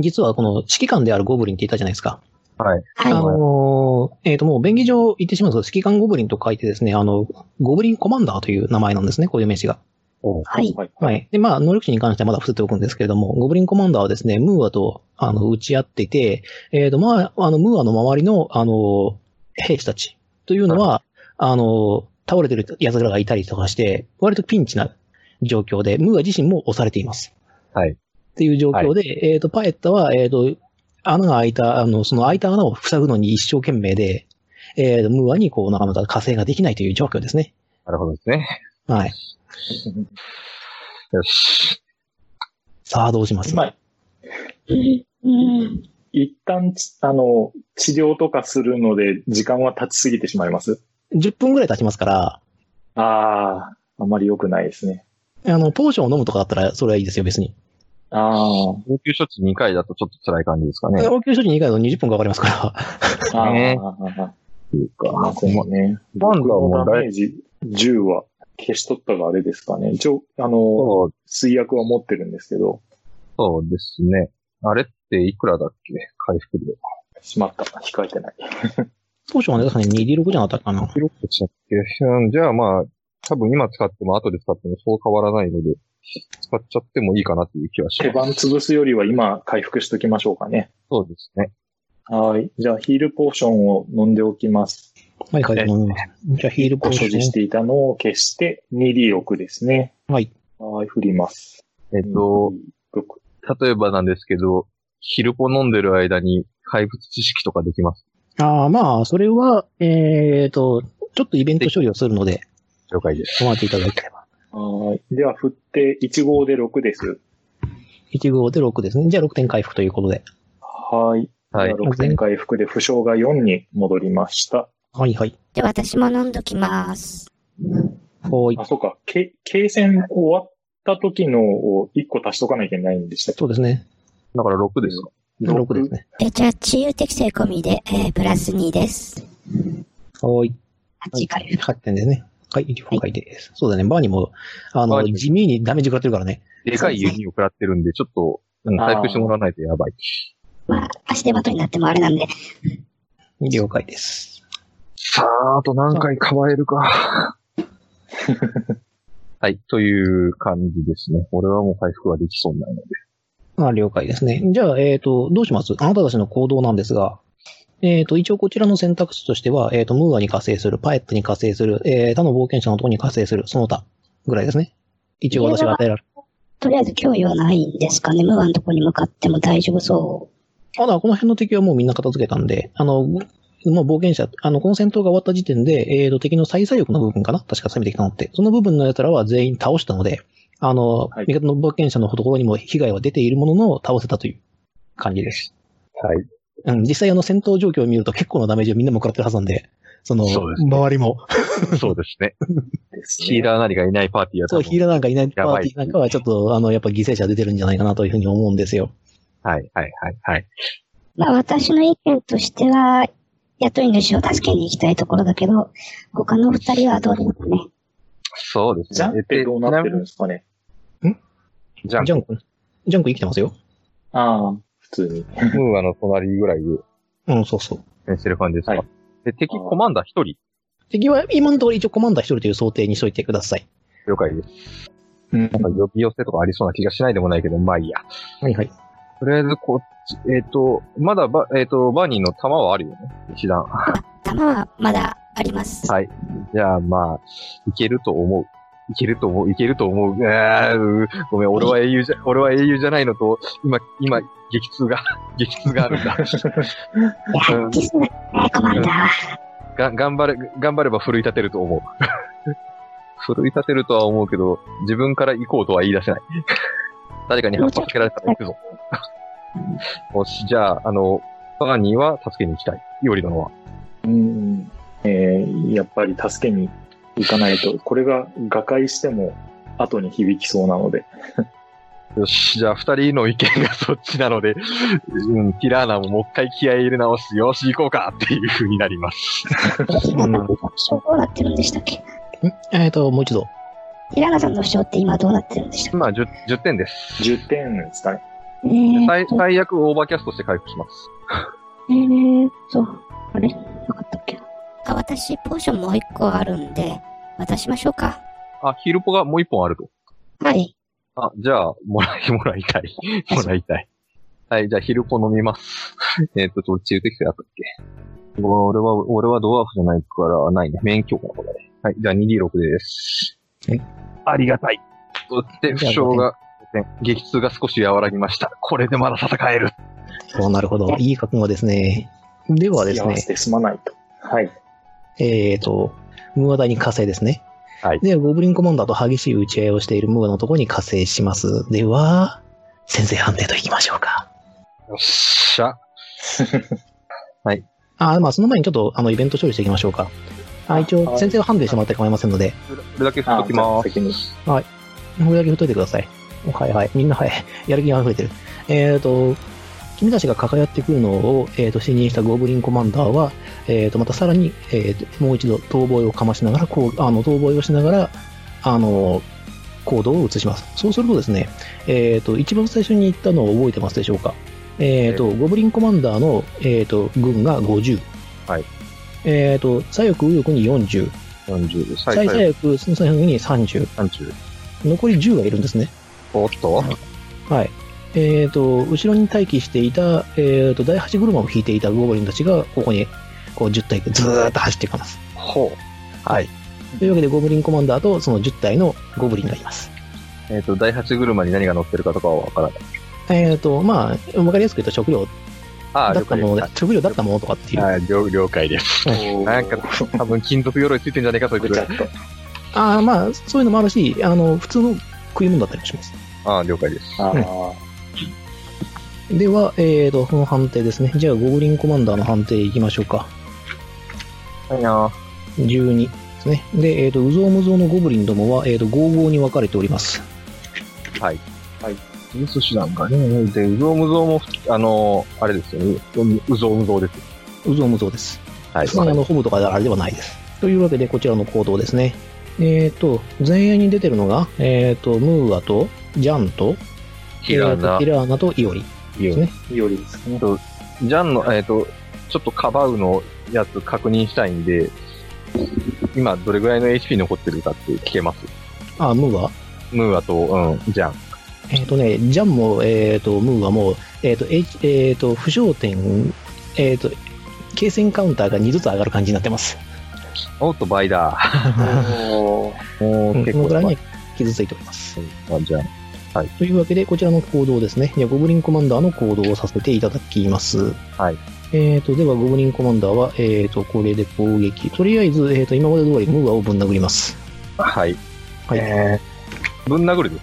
S1: 実はこの指揮官であるゴブリンって言ったじゃないですか。
S2: はい。
S1: あ
S4: は
S1: のーえっ、と、もう、便宜上言ってしまうと、指揮官ゴブリンと書いてですね、あの、ゴブリンコマンダーという名前なんですね、こういう名詞が。
S4: い。はい。
S3: はい。
S1: はい。で、まあ、能力値に関してはまだ伏せておくんですけれども、ゴブリンコマンダーはですね、ムーアと、あの、打ち合っていて、えっ、と、まあ、あの、ムーアの周りの、あの、兵士たちというのは、あの、倒れてる奴らがいたりとかして、割とピンチな状況で、ムーア自身も押されています。
S2: はい
S1: っていう状況で、えっ、と、パエッタは、えっ、と、穴が開いた、あの、その開いた穴を塞ぐのに一生懸命で、えっ、と、ムーアにこう、なかなか加勢ができないという状況ですね。
S2: なるほどですね。
S1: はい。
S2: よし。
S1: さあ、どうします
S3: まあ、
S4: うん。
S3: 一旦ち、あの、治療とかするので、時間は経ちすぎてしまいます。
S1: 10分ぐらい経ちますから、
S3: ああ、あまり良くないですね。
S1: あの、ポーションを飲むとかだったら、それはいいですよ、別に。
S3: あー
S2: 応急処置2回だとちょっと辛い感じですかね。
S1: 応急処置に以外だと20分かかります から。
S3: あー。
S2: ね
S3: あーか、まあ、このね、
S2: バンダーも
S3: ダメ
S2: 大
S3: ージ10は消し取ったがあれですかね。一応、あの、
S2: そう、
S3: 水薬は持ってるんですけど、
S2: そうですね。あれっていくらだっけ回復量。
S3: しまった。控えてない。
S1: ポーションはね、確かに 2D6 じゃなかったかな。
S2: 広くしちゃって。うんじゃあまあ、多分今使っても後で使ってもそう変わらないので、使っちゃってもいいかなっていう気はし
S3: 手
S2: ます。
S3: 番潰すよりは今回復しときましょうかね。
S2: そうですね。
S3: はい。じゃあ、ヒールポーションを飲んでおきます。
S1: はい、はい、
S3: ね
S1: 飲みます。じゃあ、ヒールポ
S3: ご
S1: ーシ
S3: 所持し
S1: ョ
S3: ていたのを消して、2D 奥ですね。
S1: ン。はい。
S3: はい、振ります。
S2: えっと、
S3: 6
S2: 例えばなんですけど、昼ポ飲んでる間に怪物知識とかできます。
S1: ああ、まあ、それは、えっ、と、ちょっとイベント処理をするので、
S2: 了解です。
S1: お待ちいただければ。
S3: はい。では、振って、1号で6です。
S1: 1号で6ですね。じゃあ、6点回復ということで。
S3: はい。
S2: はい
S3: では6点回復で負傷が4に戻りました。
S1: はい、はい。
S4: じゃあ私も飲んどきます。
S1: はい
S3: あ、。そうか。け、継戦終わった時のを1個足しとかなきゃいけないんでしたっけ
S1: そうですね。
S2: だから6ですか。
S1: 6ですね。
S4: え、じゃあ、治癒適正込みで、えー、プラス2です。
S1: はい。
S4: 8回復。
S1: 8点ですね。はい、了解です。そうだね、バーにも、あ
S2: バ
S1: の
S2: ー、に
S1: 地味にダメージ食らってるからね。
S2: でかい弓を食らってるんで、ちょっと、うん、回復してもらわないとやばい。
S4: まあ、足手まといになってもあれなんで、
S1: 了解です。
S2: さあ、あと何回かわえる か。はい、という感じですね。俺はもう回復はできそうなので。
S1: あ了解ですね。じゃあ、えっ、と、どうしますあなたたちの行動なんですが、えっ、と、一応こちらの選択肢としては、えっ、と、ムーアに加勢する、パエットに加勢する、えー他の冒険者のところに加勢する、その他ぐらいですね。一応私が与えられる。
S4: とりあえず供与はないんですかね。無我のとこに向かっても大丈夫そ
S1: あ、だからこの辺の敵はもうみんな片付けたんで、あの、まあ、冒険者、あの、この戦闘が終わった時点で、えっ、と、敵の最左翼の部分かな確か攻めてきたのって。その部分の奴らは全員倒したので、あの、
S3: はい
S1: 味方の冒険者のところにも被害は出ているものの倒せたという感じです。
S2: はい。
S1: うん、実際あの戦闘状況を見ると結構なダメージをみんなも食らってるはずなんで、その、
S2: そうですね
S1: 周りも。
S2: そうです ね。
S3: ですね
S2: ヒーラーなりがいないパーティーやった
S1: そう、ヒーラーなんかいないパ
S2: やば
S1: ーテ
S2: い
S1: ィーなんかはちょっと、あの、やっぱ犠牲者出てるんじゃないかなというふうに思うんですよ。
S2: はい、はい、はい、はい。
S4: う。まあ、私の意見としては、雇い主を助けに行きたいところだけど、他のお二人はどうですかね。
S2: そうですね。
S3: ジャンってどうなってるんですかね
S2: えちなみ
S1: ジ
S2: にジャ
S1: ャ
S2: ン
S1: ン君、ジャン君生きてますよ。
S3: ああ、普通に。
S2: プ、ムーアの隣ぐらいで
S1: うん、そうそう。
S2: 演してる感じですか。
S3: はい
S2: で、敵コマンダー1人。
S1: 敵は今のところ一応コマンダー一人という想定にしといてください。
S2: 了解です。
S3: うん
S2: なんか呼び寄せとかありそうな気がしないでもないけど、まあいいや。
S1: はいはい。
S2: とりあえず、こっち、えっ、と、まだバ、えっ、と、バーニーの弾はあるよね。一弾。
S4: 弾はまだあります。
S2: はい。じゃあ、まあ、いけると思う。いけると思う、いけると思う。あーうーごめん、俺は英雄じゃ、俺は英雄じゃないのと、今、今、激痛が、 激痛があるんだ。
S4: いや、
S2: うん
S4: 実際、えーコマンダーは。
S2: が、頑張れ、頑張れば奮い立てると思う。 奮い立てるとは思うけど、自分から行こうとは言い出せない。 誰かに発砲かけられたら行くぞ。よし、じゃあ、あの、バーニーは助けに行きたい。イオリ殿は。
S3: うん えーやっぱり助けに行かないと、これが瓦解しても後に響きそうなので。
S2: よし、じゃあ二人の意見がそっちなので、うん、ティラーナももう一回気合い入れ直して、よし、行こうかっていう風になります。
S4: ティラナさんの負傷どうなってるんでしたっけ
S1: えっ、と、もう一度。
S4: ティラナさんの負傷って今どうなってるんでしたっ
S2: まあ、10, 10点です。
S3: 10点ですかね。
S4: けえー
S2: 最
S4: と、
S2: 最悪オーバーキャストして回復します。
S4: えーと、あれなかったっけあ、私、ポーションもう一個あるんで、渡しましょうか。
S2: あ、ヒルポがもう一本あると。
S4: はい。
S2: あ、じゃあ、もらい、もらい たい。もらいたい。はい、じゃあ、ヒルポ飲みます。 えっと、どっち打ってきてあったっけ俺は、俺はドワーフじゃないから、ないね。免許のこれ。はい、じゃあ 2D6 です
S1: はい。
S2: ありがたい。で、負傷が、激痛が少し和らぎました。これでまだ戦える。
S1: そう、なるほど。いい覚悟ですね。ではです
S3: 幸
S1: ね
S3: せ、て済まないと。 はい。
S1: えっ、と、ムーア大に加勢ですね。
S2: はい
S1: で、ゴブリンコマンダーと激しい打ち合いをしているムーアのところに加勢します。では、先制判定といきましょうか。
S2: よっしゃ。
S1: あ、まあ、その前にちょっと、あの、イベント処理していきましょうか。あ、一応、
S3: はい
S1: 先生は判定してもらって構いませんので、
S2: これだけ振っときま
S3: あじゃあ先に
S2: ーす。
S1: これだけ振っといてください。はいはい。みんなはい。 やる気が溢れてる。えっ、と、君たちが関わってくるのを、えっ、と、侵入したゴブリンコマンダーは、えっ、と、またさらに、えーともう一度、逃亡をかましながら、こう、あの、逃亡をしながら、あの、行動を移します。そうするとですね、えっ、と、一番最初に言ったのを覚えてますでしょうか。えっ、と、ゴブリンコマンダーの、えっ、と、軍が50。
S2: はい。
S1: えっ、と、左翼右翼に40、
S2: 40です。は
S1: 最
S2: い、はい、
S1: 左翼その左翼に30、
S2: 30。
S1: 残り10がいるんですね。
S2: おっと
S1: はい。えっ、と、後ろに待機していた、えっ、と、第8車を引いていたゴブリンたちが、ここに、こう10体でずーっと走っていきます。
S2: ほ
S1: はい。というわけで、ゴブリンコマンダーとその10体のゴブリンになります。
S2: う。えっ、と、第8車に何が乗ってるかとかはわからない。
S1: えっ、と、まあ、わかりやすく言うと食料
S2: ああ、
S1: だ
S2: 了
S1: った
S2: 解
S1: もの
S2: で
S1: で、食料だったものとかってい
S2: す。
S1: う。
S2: はい、 了了解です。なんか、多分金属鎧ついてんじゃねえか、そい
S3: ぐちゃっ
S2: つ。
S3: と。
S1: ああ、まあ、そういうのもあるし、あの、普通の食い物だったりもします。
S2: ああ、了解です。
S3: ああ、
S1: では、えっ、と、この判定ですね。じゃあ、ゴブリンコマンダーの判定いきましょうか。
S2: はいな
S1: 12ですね。で、えっ、と、ウゾウムゾウのゴブリンどもは、えっ、と、55に分かれております。
S2: はい。
S3: はい。
S2: ニュース手段がね、で、うぞうむぞうも、あのーあれですよね。うぞうむぞうです。
S1: ウゾウムゾウです。
S2: はい。
S1: まあ、あの、ほぼとかあれではないです。というわけで、こちらの行動ですね。えっ、と、前衛に出てるのが、えっ、と、ムーアと、ジャンと、
S2: ひら
S1: えーと
S2: な
S1: ティ、ラーナとイオリ。
S2: いう
S1: ね
S3: よりで すね。
S2: ジャンの、えっ、と、ちょっとカバウのやつ確認したいんで、今どれぐらいの HP 残ってるかって聞けます。
S1: あ、ムーア
S2: ムーアと、うん、ジャン。
S1: えっ、とね、ジャンも、えっ、と、ムーアも、えっ、と、H、えっ、と、不焦点、えっ、と、継戦カウンターが2ずつ上がる感じになってます。
S2: おっと、倍だ。
S3: おー
S2: もう
S1: うん
S2: 結
S1: この
S2: 構
S1: ぐらい
S2: 倍。
S1: に傷ついております。
S2: うんあじゃ
S1: というわけで、こちらの行動ですね。じゃあ、ゴブリンコマンダーの行動をさせていただきます。
S2: はい。
S1: えっ、と、では、ゴブリンコマンダーは、えっ、と、これで攻撃。とりあえず、えっ、と、今まで通りムーアをぶん殴ります。
S2: あはい。
S1: はい。
S2: えー、ぶん殴るで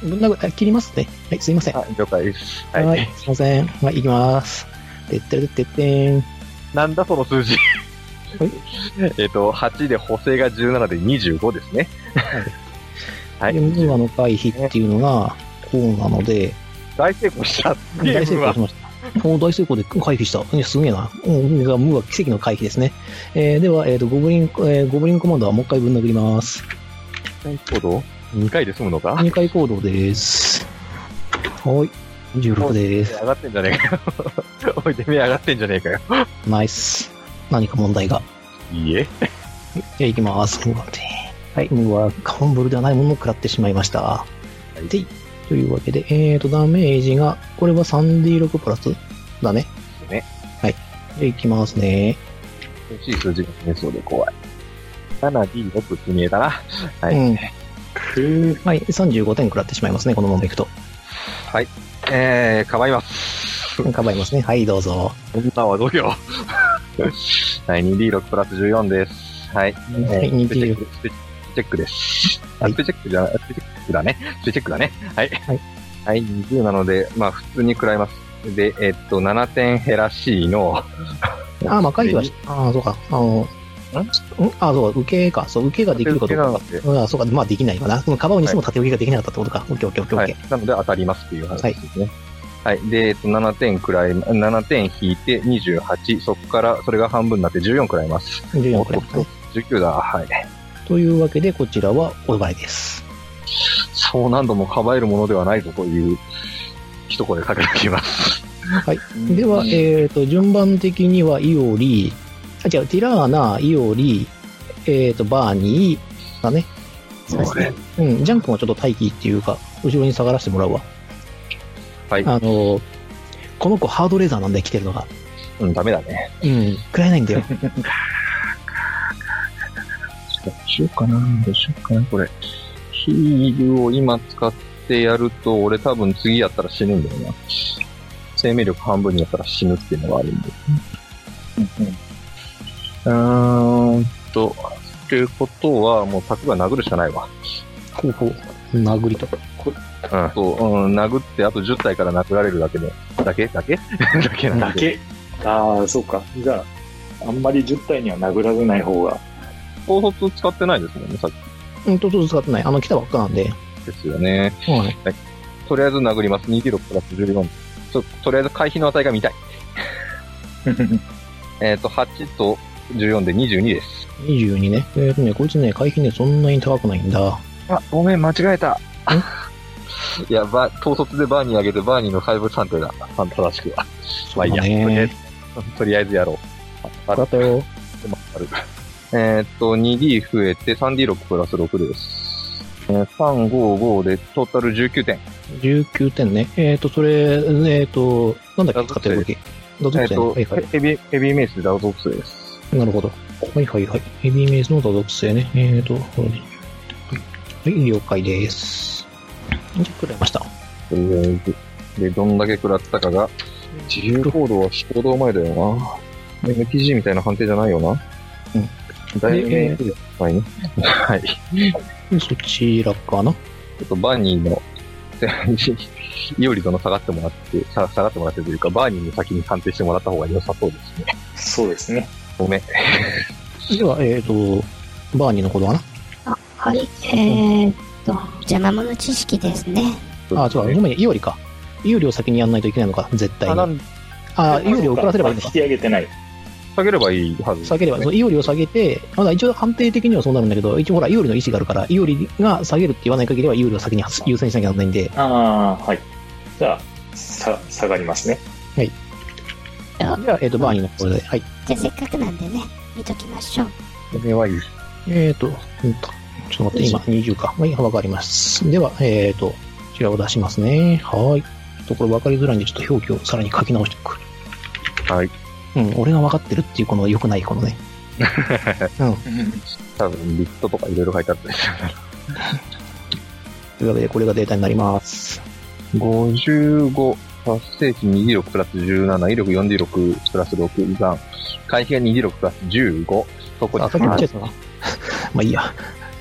S2: すね。
S1: ぶん殴、あ切りますね。はい、すいません。は
S2: はい、了解です。
S1: い、
S2: はい。
S1: すいません。はい、行きます。てってれてってってん。
S2: なんだその数字。
S1: はい
S2: えっと、8で補正が17で25ですね。はい。
S1: で、ムーアの回避っていうのが、こうなので、
S2: 大成功した。ゲ
S1: 大成
S2: ーム
S1: 功
S2: は
S1: し。ました。お大成功で回避した。いやすげえな。うん、ムーア奇跡の回避ですね。えーでは、えっ、と、ゴブリン、えーゴブリンコマンダーはもう一回ぶん殴ります。
S2: 行動 ?2 回で済むのか
S1: 2回行動です。はい。16です。
S2: 上がってんじゃねえかよ。おい、てめえ上がってんじゃねえかよ。
S1: ナイス。何か問題が。
S2: いいえ。
S1: じゃあ行きます。ムーアで。はい。ムーア、カンブルではないものを食らってしまいました。
S2: い
S1: で、というわけで、えーと、ダメージが、これは 3D6 プラスだね。
S2: ね。
S1: はい。じゃあ行きますね。
S2: 欲しい数字が見えそうで怖い。7、D6 って見えたな。はい
S1: うん。
S3: くー
S1: はい。35点食らってしまいますね。このままいくと。
S2: えー、構います。
S1: かばいますね。はい、どうぞ。
S2: 女は度胸。はい、2D6 プラス14です。はい。
S1: はい、2 d
S2: スペチェックスペチェックです。
S1: はい
S2: スペチェックじゃない、スペチェックだね。スペチェックだね。はい。
S1: はい。
S2: はい、20なので、まあ普通に食らいます。で、えっと、7点減らしいの、
S1: あ、まあ、回避はし、ああ、そうか。あの、んああ、そうか。受けか。そう、受けができるかどうか。
S2: ので、
S1: うん、そうか、まあできないかな。そのカバオにしても縦置きができなかったってことか。オッケーオッケーオッケーオ
S2: は
S1: ッケ
S2: い。なので当たりますっていう話ですね。はい。で、えっと、7点食らい、7点引いて28、そこから、それが半分になって14食らいます。
S1: ー。14くらいですね。
S2: 19だ。はい。
S1: というわけで、こちらはお奪いです。
S2: そう何度もかばえるものではないぞという、一声かけてきます。
S1: では、えっ、と、順番的には、イオリ、あ、違う、ティラーナ、イオリ、えっ、と、バーニーだね。
S4: そうですね。
S1: うん、ジャン君はちょっと待機っていうか、後ろに下がらせてもらうわ。
S2: はい
S1: あの、この子ハードレザーなんで来てるのが。
S2: うん、ダメだね。
S1: うん、食らえないんだよ。
S2: どうしようかな、どうしようかな、これ。ヒールを今使ってやると、俺多分次やったら死ぬんだよな。生命力半分にやったら死ぬっていうのがあるんで。うーんと、っていうことは、もう柵が殴るしかないわ。
S1: ほうほう。殴りと。
S2: うん。そう、うん、殴って、あと10体から殴られるだけで。だけだけだけなん
S3: だけ。ああ、そうか。じゃあ、あんまり10体には殴られない方 が。
S2: 高卒使ってないですもんね、さっ
S1: うんと、ちょっと使ってない。あの、来たばっかなんで。
S2: きですよね。
S1: はい。
S2: とりあえず殴ります。26プラス14。と、とりあえず回避の値が見たい。えっ、と、8と14で22です。
S1: 22ね。えっ、とね、こいつね、回避ね、そんなに高くないんだ。
S2: あ、ごめん、間違えた。い や、ば、統率でバーニー上げて、バーニーの5算定だった。正しくは。まあいいや。とりあえ
S1: ね
S2: ず。、とりあえずやろう。あ、
S1: だ
S2: あ
S1: ったよ。
S2: でもある。えーっと、2D 増えて 3D6 プラス6です。えー、3、5、5で、トータル19点。
S1: 19点ね。えっ、と、それ、えっ、と、なんだっけ、使ってる時。だ
S2: え
S1: ぞ
S2: ーっと、
S1: はいはい。
S2: ヘビ、ヘビーメイスでダウトボックスです。
S1: なるほど。はいはいはい。ヘビーメイズの打属性ね。えーと、これではい、了解です。じゃあ、くらいました。
S2: とりあえず。で、どんだけ食らったかが、自由行動は行動前だよな。MTG みたいな判定じゃないよな。うん。だいぶ、
S1: でえ
S2: はいね。はい。ち
S1: そちらかな
S2: ょっとバーニーの、 いおり殿下がってもらって、さ下がってもらってというか、バーニーの先に判定してもらった方が良さそうですね。
S3: そうですね。
S2: ごめん。
S1: では、えーと、バーニーのことかな
S4: はい。えー、っと、邪魔者知識ですね。
S1: あ、そうだ、ごめん、イオリか。イオリを先にやんないといけないのか、絶対
S2: あ、な
S1: に。
S2: ん、
S1: あ、イオリを遅らせればいい
S3: あ
S1: の
S3: 引
S1: か。
S3: き上げてない。
S2: 下げればいいはず。
S1: 下げれば、そのイオリを下げて、まだ一応判定的にはそうなるんだけど、一応ほら、イオリの意思があるから、イオリが下げるって言わない限りは、イオリを先に優先しなきゃならないんで、
S3: ああ、はい。じゃあ、さ、下がりますね。
S1: じゃあ、えっ、と、バーニーのこれで、はい。
S4: じゃあせっかくなんでね、見ときましょう。
S2: これはいい。
S1: えっ、と、うんと、ちょっと待って、今、20か。はい、わかります。では、えっ、と、こちらを出しますね。はい。ちょっとこれ分かりづらいんで、ちょっと表記をさらに書き直しておく。
S2: はい。
S1: うん、俺が分かってるっていう、この良くない、このね。
S2: 多分、リストとかいろいろ書いてあったりするから。
S1: というわけで、これがデータになります。
S2: 55、達成値 2D6 プラス17、威力 4D6 プラス6、以上回避が 2D6 プラス15、そこに
S1: あ、さっき言っちゃったな。 まあいいや。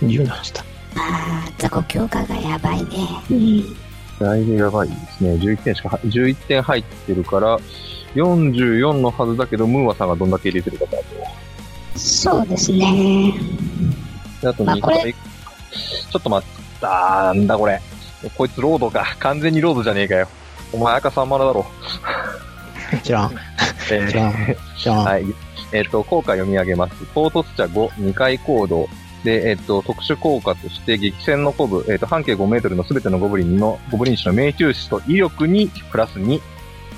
S1: 17した。
S4: あー、雑魚強化がやばいね。うん。
S2: だいぶやばいですね。11点しかは、11点入ってるから、44のはずだけど、ムーアさんがどんだけ入れてるかだ
S4: そうですね。
S2: と。あと
S4: まあ
S2: 2
S4: これ
S2: 回、ちょっと待った、なんだこれ。こいつロードか。完全にロードじゃねえかよ。お前赤さんまらだろ。
S1: 知らん。
S2: えー
S1: 知らん。知らん。
S2: はい。えっ、と、効果読み上げます。唐突茶5、2回行動。で、えっ、と、特殊効果として、激戦のコブ、えっ、と、半径5メートルのすべてのゴブリンの、ゴブリン種の命中士と威力にプラス2。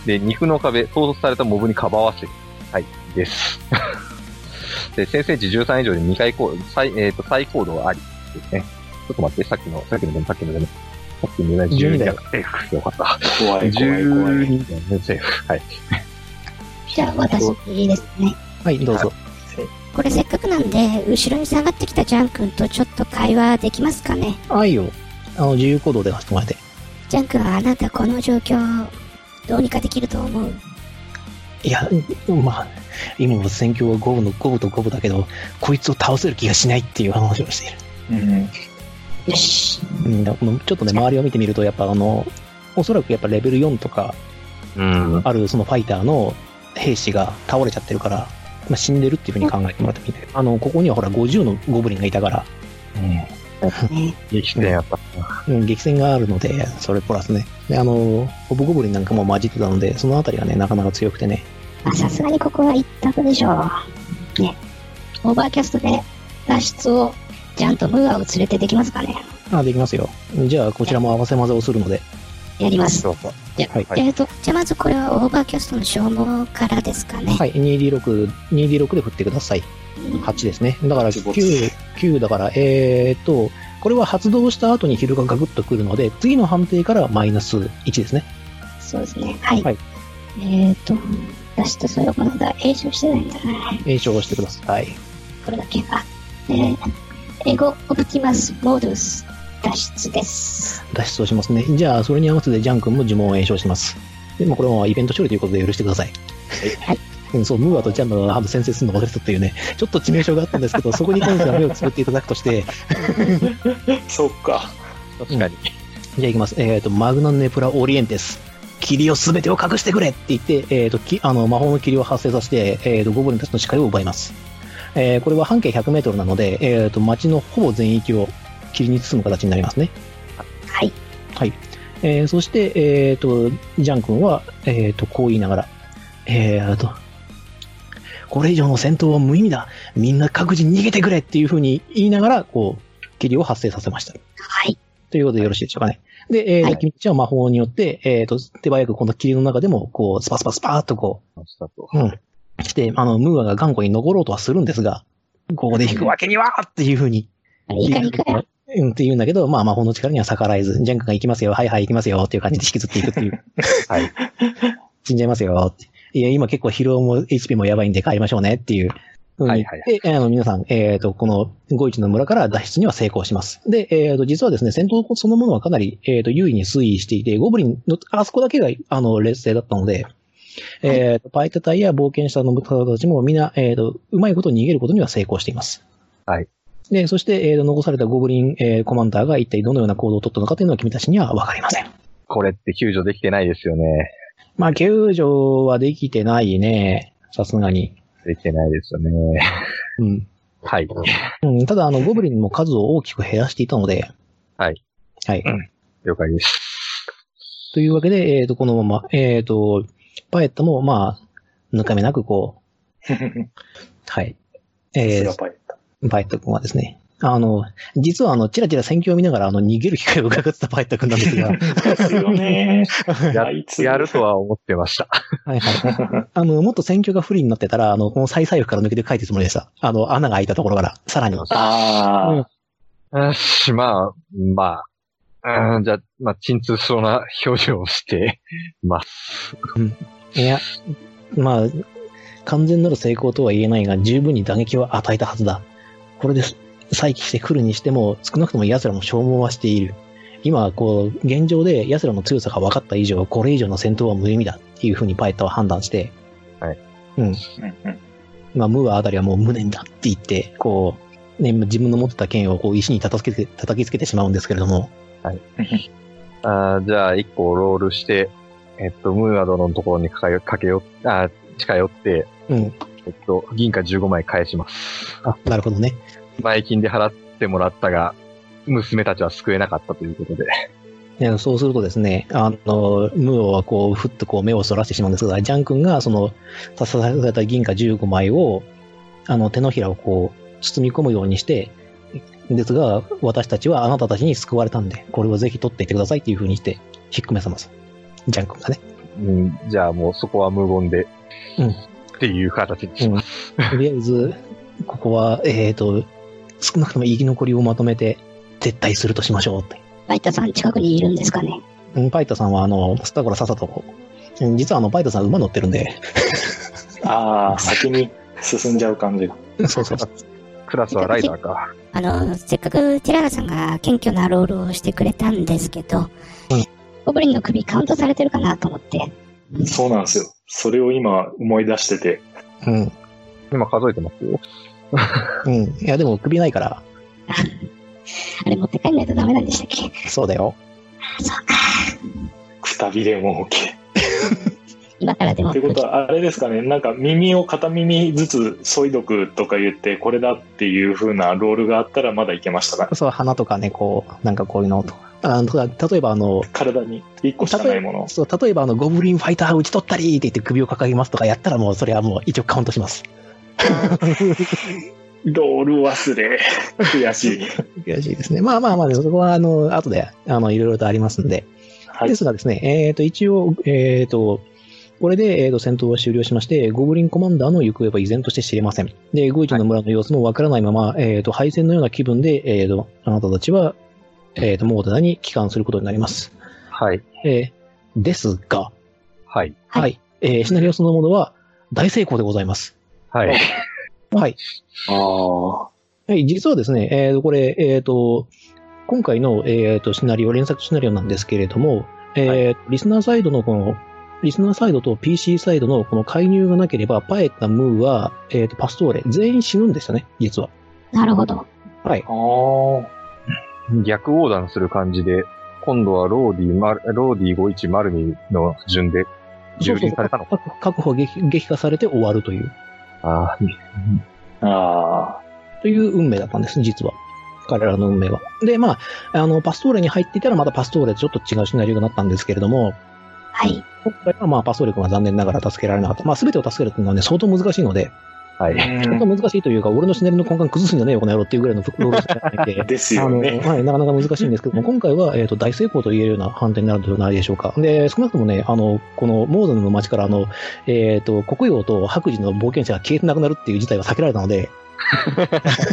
S2: で、肉の壁、唐突されたモブにかばわせる。はい、です。 で、先制値13以上で2回行動、最、えっ、と、最高度ありですね。ちょっと待って、さっきの、さっきのでも、さっきのでも、さっきのでも、12だから、セーフ。よかった。
S3: 怖い、怖い、怖い。
S2: 12だね、セーフ。はい。
S4: じゃあ私、いいですね。
S1: はい、どうぞ。
S4: これせっかくなんで、後ろに下がってきたジャン君とちょっと会話できますかね。
S1: 愛を、あの、自由行動で出してもらえて。
S4: ジャン君はあなたこの状況、どうにかできると思う。
S1: いや、まあ、今の戦況は五分の五分と五分だけど、こいつを倒せる気がしないっていう話をしている。
S3: うん。
S4: よし。
S1: うん、だからちょっとね、周りを見てみると、やっぱあの、おそらくやっぱレベル4とか
S2: うん。
S1: あるそのファイターの兵士が倒れちゃってるから、まあ、死んでるっていうふうに考えてもらってもいいんだけど、あの、ここにはほら50のゴブリンがいたから、
S4: ね、
S2: 激戦やった。
S1: うん、激戦があるので、それプラスね。で、あの、ホブゴブリンなんかも混じってたので、そのあたりがね、なかなか強くてね。
S4: まあさすがにここは一択でしょう。ね。オーバーキャストで脱出を、ジャンとムーアを連れてできますかね。
S1: あ、できますよ。じゃあ、こちらも合わせ技をするので。
S4: やります。
S2: そうそう。
S1: はい。
S2: はい
S4: えーと、じゃあまずこれはオーバーキャストの消耗からですかね。
S1: はい、2D6、2D6 で振ってください。8ですね。だから9、9だから、えーっと、これは発動した後に昼がガクッとくるので、次の判定からマイナス1ですね。
S4: そうですね。はい。
S1: はい
S4: えーと、脱出それをこの間、詠唱してないんだな。
S1: 炎症をしてください。
S4: これだけは。えー、エゴ・オブティマス・モードゥス脱出です。
S1: 脱出をしますね。じゃあ、それに合わせてジャン君も呪文を炎症します。でもこれはイベント処理ということで許してください。
S4: はい
S1: うんそう、ムーアとジャンのハブ先制するの忘れてたっていうね、ちょっと致命傷があったんですけど、そこに関しては目をつぶっていただくとして、
S3: そっか。
S2: 確かに。
S1: じゃあいきます。えっ、と、マグナネプラオリエンテス。霧をすべてを隠してくれって言って、えっ、と、きあの、魔法の霧を発生させて、えっ、と、ゴブリンたちの視界を奪います。えーこれは半径100メートルなので、えっ、と、街のほぼ全域を霧に包む形になりますね。
S4: はい。
S1: はい。えーそして、えっ、と、ジャン君は、えっ、と、こう言いながら、えっ、と、これ以上の戦闘は無意味だみんな各自逃げてくれっていうふうに言いながら、こう、霧を発生させました。
S4: はい。
S1: ということでよろしいでしょうかね。で、えー
S4: はい
S1: 君たちは魔法によって、えっ、と、手早くこの霧の中でも、こう、スパスパスパーっとこう、うん。して、あの、ムーアが頑固に残ろうとはするんですが、ここで引くわけにはっていうふうに。
S4: いかにかよ。
S1: うん、って言うんだけど、まあ、魔法の力には逆らえず、ジャンクが行きますよ、はいはい行きますよ、っていう感じで引きずっていくっていう。
S2: はい。
S1: 死んじゃいますよ、って。いや、今結構疲労も HP もやばいんで帰りましょうねっていう。うん
S2: はいはい
S1: で、あの、皆さん、えっ、と、この五一の村から脱出には成功します。で、えっ、と、実はですね、戦闘そのものはかなり、えっ、と、優位に推移していて、ゴブリンの、あそこだけが、あの、劣勢だったので、えっ、と、パイタタイや冒険者の方たちもみんな、えっ、と、うまいこと逃げることには成功しています。
S2: はい。
S1: で、そして、えっ、と、残されたゴブリン、えーコマンダーが一体どのような行動を取ったのかというのは君たちにはわかりません。
S2: これって救助できてないですよね。
S1: まあ、救助はできてないね。さすがに。
S2: できてないですよね。
S1: うん。
S2: はい。
S1: うん、ただ、あの、ゴブリンも数を大きく減らしていたので。
S2: はい。
S1: はい。
S2: 了解です。
S1: というわけで、えっ、と、このまま、えっ、と、パエッタも、まあ、抜かめなくこう、はい。え
S3: ス
S1: ー
S3: ラパイ
S1: パエッタ君はですね、あの、実はあの、チラチラ戦況を見ながら、あの、逃げる機会を伺ってたパエッタ君なんです が、
S3: です よね。
S2: や
S3: あいつ
S2: やるとは思ってました。
S1: はいはい。あの、もっと戦況が不利になってたら、あの、この最左翼から抜けて帰ってつもりでした。あの、穴が開いたところから、さらに。
S3: ああ、
S2: よしまあ、まあ、うんじゃあ、まあ、鎮痛そうな表情をしてます。
S1: いや、まあ、完全なる成功とは言えないが、十分に打撃は与えたはずだ。これです。再起してくるにしても、少なくとも奴らも消耗はしている。今、こう、現状で奴らの強さが分かった以上、これ以上の戦闘は無意味だっていうふうにパエッタは判断して、
S2: はい。
S1: うん。
S3: うんうん
S1: まあ、ムーアあたりはもう無念だって言って、こう、ね、自分の持ってた剣をこう石に叩きつけて、叩きつけてしまうんですけれども、
S2: あーじゃあ、一個ロールして、えっと、ムーア殿のところに駆けよ、あー近寄って、
S1: うん。
S2: えっと、銀貨15枚返します。
S1: あ、なるほどね。
S2: 前金で払ってもらったが、娘たちは救えなかったということで。
S1: ねそうするとですね、あの、ムーオはこう、ふっとこう目をそらしてしまうんですが、ジャン君がその、ささされた銀貨15枚を、あの、手のひらをこう、包み込むようにして、ですが、私たちはあなたたちに救われたんで、これをぜひ取っていってくださいっていう風にして、ひっくめさます。ジャン君 がね。
S2: うん、じゃあもうそこは無言で、
S1: うん
S2: っていう形にし
S1: うん
S2: ます。
S1: とりあえず、ここは、えーと、少なくとも生き残りをまとめて、撤退するとしましょうって。
S4: バイタさん近くにいるんですかね
S1: うんパイタさんは、あの、スタゴラさっさと、うん実はあの、パイタさん馬乗ってるんで、
S3: ああ、先に進んじゃう感じが。
S1: そうそう
S2: クラスはライダーか。
S4: あの、せっかくティララさんが謙虚なロールをしてくれたんですけど、
S1: うん
S4: ゴブリンの首カウントされてるかなと思って、
S3: そうなんですよ。それを今思い出してて。
S1: うん。
S2: 今数えてますよ。
S1: うん。いや、でも首ないから、
S4: あれ持って帰んないとダメなんでしたっけ
S1: そうだよ。
S3: くたびれも OK。
S4: 今からでも。
S3: ってことは、あれですかね、なんか耳を片耳ずつ削いどくとか言って、これだっていう風なロールがあったらまだいけましたか
S1: そう、花とかね、こう、なんかこういうのとか。あのた例えばあの、
S3: 体に一個しかないもの。
S1: そう、例えばあの、ゴブリンファイター打ち取ったりって言って首を掲げますとかやったらもう、それはもう一応カウントします。
S3: ロール忘れ。悔しい。
S1: 悔しいですね。まあまあまあ、そこはあの、後で、あの、いろいろとありますんで。
S3: はい
S1: で。すがですね、えっ、と、一応、えっ、と、これで、えー、と戦闘は終了しまして、ゴブリンコマンダーの行方は依然として知れません。で、ゴイチの村の様子もわからないまま、えっ、と、敗戦のような気分で、えっ、と、あなたたちは、えっ、と、モーダナに帰還することになります。
S2: はい。
S1: えーですが、
S2: はい。
S4: はい
S1: はい、えーシナリオそのものは大成功でございます。
S2: はい。
S1: はい。
S3: ああ。
S1: はい、実はですね、えーと、これ、えーと、今回の、えーと、シナリオ、連作シナリオなんですけれども、えーリスナーサイドのこの、リスナーサイドと PC サイドのこの介入がなければ、パエッタ、ムーは、えーと、パストーレ、全員死ぬんですよね、実は。
S4: なるほど。
S1: はい。
S3: ああ。
S2: 逆横断する感じで、今度はローディ、マルローディ51マルミの順で、蹂躙されたのか。
S1: 確確保激激化されて終わるという、
S2: あー
S3: あ
S1: という運命だったんです、実は。彼らの運命は。で、まあ、あの、パストーレに入っていたら、またパストーレとちょっと違うシナリオになったんですけれども、
S4: はい。
S1: 今回はまあ、パストーレ君は残念ながら助けられなかった。まあ、全てを助けるっていうのはね、相当難しいので、
S2: は
S3: あ。
S2: い。
S1: 本当難しいというか、俺のシナリオの根幹崩すんじゃねえよ、この野郎っていうぐらいのロールじゃないんで。
S3: です
S1: あ
S3: よ
S1: の、
S3: ね。
S1: はい、なかなか難しいんですけども、今回は、えっ、と、大成功と言えるような判定になるのではないでしょうか。で、少なくともね、あの、この、モードの街から、あの、えっ、と、黒曜と白磁の冒険者が消えてなくなるっていう事態は避けられたので、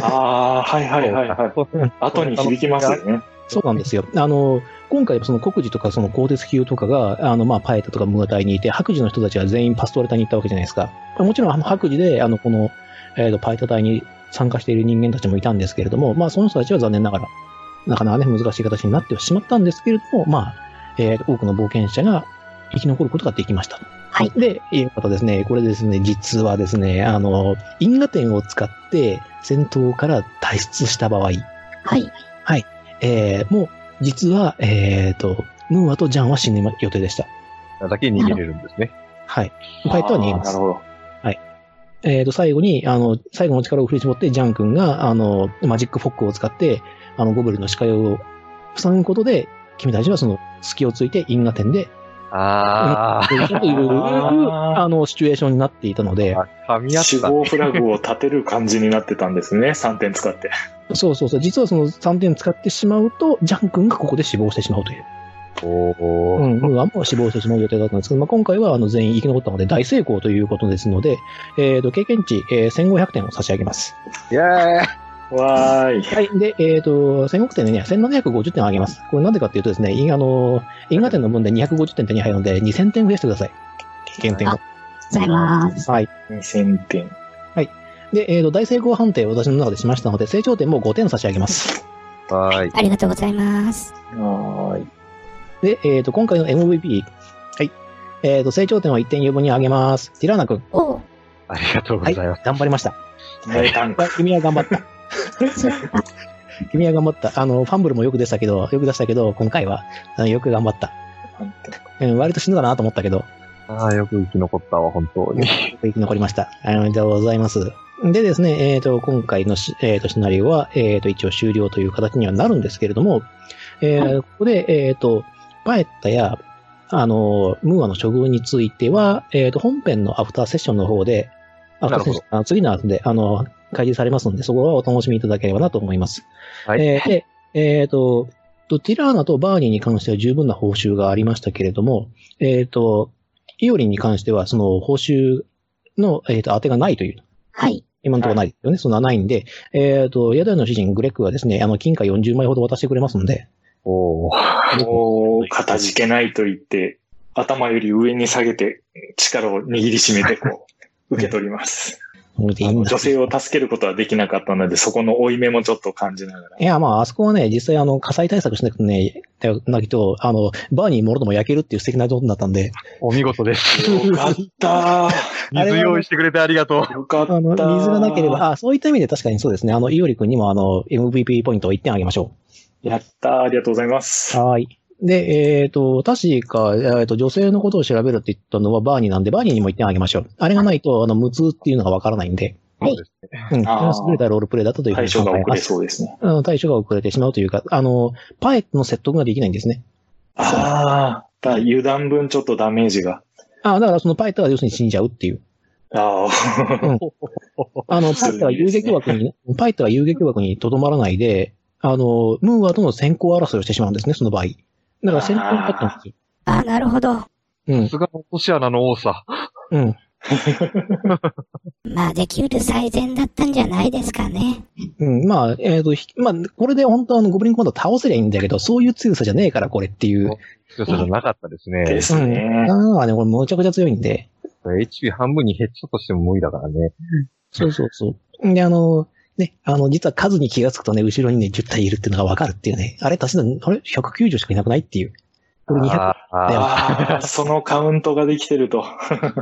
S3: ああ、はいはいはいはい。
S2: そうか
S3: 後に響きますよね。
S1: そうなんですよ。あの、今回、その国事とか、その鋼鉄級とかが、あの、まあ、パエタとかムガタイにいて、白磁の人たちは全員パストレタに行ったわけじゃないですか。もちろん、あの白磁で、あの、この、えっ、と、パエタ隊に参加している人間たちもいたんですけれども、まあ、その人たちは残念ながら、なかなかね、難しい形になってはしまったんですけれども、まあ、えー多くの冒険者が生き残ることができました。
S4: はい。
S1: で、えーまたですね、これですね、実はですね、あの、因果点を使って戦闘から退出した場合、
S4: はい。
S1: えーもう、実は、えっ、と、ムーアとジャンは死ぬ予定でした。
S2: だけ逃げれるんですね。
S1: はい。ファイトは逃げま
S3: あーな
S1: す
S3: る。ほど。
S1: えっ、と、最後に、あの、最後の力を振り絞って、ジャン君が、あの、マジックフォックを使って、あの、ゴブルの視界を塞ぐことで、君たちはその、隙をついて因果点で、
S2: ああ。
S1: という、
S3: あー
S1: あの、シチュエーションになっていたので、
S2: 噛み合っ
S3: 主
S2: た。
S3: 語フラグを立てる感じになってたんですね。3点使って。
S1: そうそうそう。実はその3点使ってしまうと、ジャン君がここで死亡してしまうという。
S2: お
S1: う
S2: ー
S1: ん、ムーアも死亡してしまう予定だったんですけど、まあ、今回はあの全員生き残ったので大成功ということですので、えっ、と、経験値、えー1500点を差し上げます。
S2: イェーイ
S3: わーい。
S1: はい。で、えっ、と、1500点でね、1750点を上げます。これなんでかっていうとですね、因あの、因果点の分で250点手に入るので、2000点増やしてください。経験点を。
S4: ございます。
S1: はい。
S3: 2000点。
S1: で、えっ、と、大成功判定を私の中でしましたので、成長点も5点差し上げます。
S2: はーい。
S4: ありがとうございます。
S3: はーい。
S1: で、えっ、と、今回の MVP。はい。えっ、と、成長点は1点余分に上げます。ティラーナ君。
S4: おう、
S2: ありがとうご
S1: は
S2: ざ
S1: い。
S2: います。
S1: 頑張りました。
S3: 大胆
S1: はい君は頑張った。
S4: そうか。
S1: 君は頑張った。あの、ファンブルもよく出したけど、よく出したけど、今回は、あのよく頑張った。うん、割と死ぬかなと思ったけど、
S2: ああ、よく生き残ったわ、本当 に。
S1: 生き残りました。ありがとうございます。でですね、えっ、と、今回のし、えーとシナリオは、えっ、と、一応終了という形にはなるんですけれども、えーここで、えっ、と、パエッタや、あの、ムーアの処遇については、えっ、と、本編のアフターセッションの方で、アフターセッション、あ次の後で、あの、開示されますので、そこはお楽しみいただければなと思います。
S2: はい
S1: えーで、えっ、と、とティラーナとバーニーに関しては十分な報酬がありましたけれども、えっ、と、イオリンに関しては、その報酬の、えー、と当てがないという、
S4: はい。
S1: 今のところないですよね。そんなないんで、えっ、と、ヤダイの主人、グレックはですね、あの、金貨40枚ほど渡してくれますので、
S2: おー。
S3: もう、かたじけないと言って、頭より上に下げて、力を握りしめて、こう、受け取ります。
S1: もういい
S3: あ
S1: ん
S3: の
S1: だ
S3: 女性を助けることはできなかったので、そこの負い目もちょっと感じながら
S1: い。や、まあ、あそこはね、実際、あの、火災対策しなくてね、ないと、あの、バーニーもろとも焼けるっていう素敵なことになったんで、
S2: お見事です。
S3: よかった
S1: あれは
S2: 水用意してくれてありがとう。
S3: ー。よかっ
S1: あ
S3: たー。
S1: の、水がなけれ。ば、あ、そういった意味で確かにそうですね、あの、イオリ君にも、あの、MVP ポイントを1点あげましょう。
S3: やったー。ありがとうございます。
S1: はい。で、えっ、と、確か、えーと、女性のことを調べるって言ったのはバーニーなんで、バーニーにも言ってあげましょう。あれがないと、あの、無痛っていうのがわからないんで、
S4: はい
S2: そうですね
S1: うん。それ
S3: あー
S1: は優れたロールプレイだったというふう
S3: 対
S1: に
S3: 象が
S1: 考え
S3: 遅
S1: ま
S3: れ
S1: す。
S3: そうですね。
S1: うん、対処が遅れてしまうというか、あの、パエットの説得ができないんですね。
S3: ああ、だから油断分ちょっとダメージが。
S1: あだからそのパエットは要するに死んじゃうっていう。
S3: ああ、
S1: あの、パエットは遊撃枠に、パエットは遊撃枠にとどまらないで、あの、ムーアとの先行争いをしてしまうんですね、その場合。だから先行に立ったんですよ。
S4: あ、なるほど。
S1: うん
S2: さ、すがの落とし穴の多さ。
S1: うん。
S4: まあ、できうる最善だったんじゃないですかね。
S1: うん、まあ、えっ、と、ひまあ、これで本当はあの、ゴブリンコマンド倒せりゃいいんだけど、そういう強さじゃねえから、これっていう。
S2: 強さじゃなかったですね
S3: で。すね。
S1: ああ、ね、これむちゃくちゃ強いんで。
S2: HP 半分に減ったとしても無理だからね。
S1: そうそうそう。で、あの、ね、あの、実は数に気がつくとね、後ろにね、10体いるっていうのがわかるっていうね。あれ、足し算、あれ ?190 しかいなくないっていう。これ200。
S2: あー
S1: で
S3: ああ、そのカウントができてると。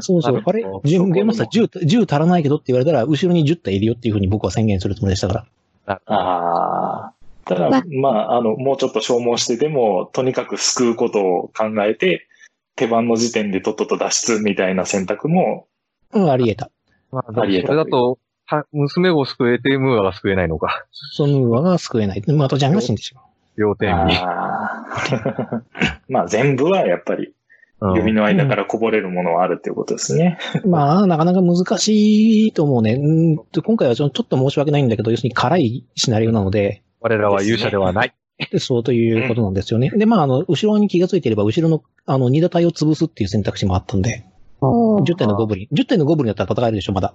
S1: そうそう。あれ
S2: そ
S1: ゲームゲームマスター10、10足らないけどって言われたら、後ろに10体いるよっていうふうに僕は宣言するつもりでしたから。
S3: ああ。ただ
S4: まあ、
S3: まあ、あの、もうちょっと消耗してでも、とにかく救うことを考えて、手番の時点でとっとと脱出みたいな選択も、
S1: うん、あり得た。
S2: まあ、でも
S3: ありえた
S2: それだと、は娘を救えて、ムーアが救えないのか。
S1: その上が救えない。まあ、あとジャンが死んでしまう。
S2: 両
S3: あ
S2: 点に。
S3: ー まあ、全部はやっぱり、
S2: うん
S3: 指の間からこぼれるものはあるということですね。
S1: まあ、なかなか難しいと思うね。うんと今回はちょちょっと申し訳ないんだけど、要するに辛いシナリオなので、
S2: 我らは勇者ではない。
S1: でそうということなんですよね。で、まあ、あの、後ろに気がついていれば、後ろの、あの、二打体を潰すっていう選択肢もあったんで、
S4: おお。
S1: 10体のゴブリン、10体のゴブリンだったら戦えるでしょ、まだ。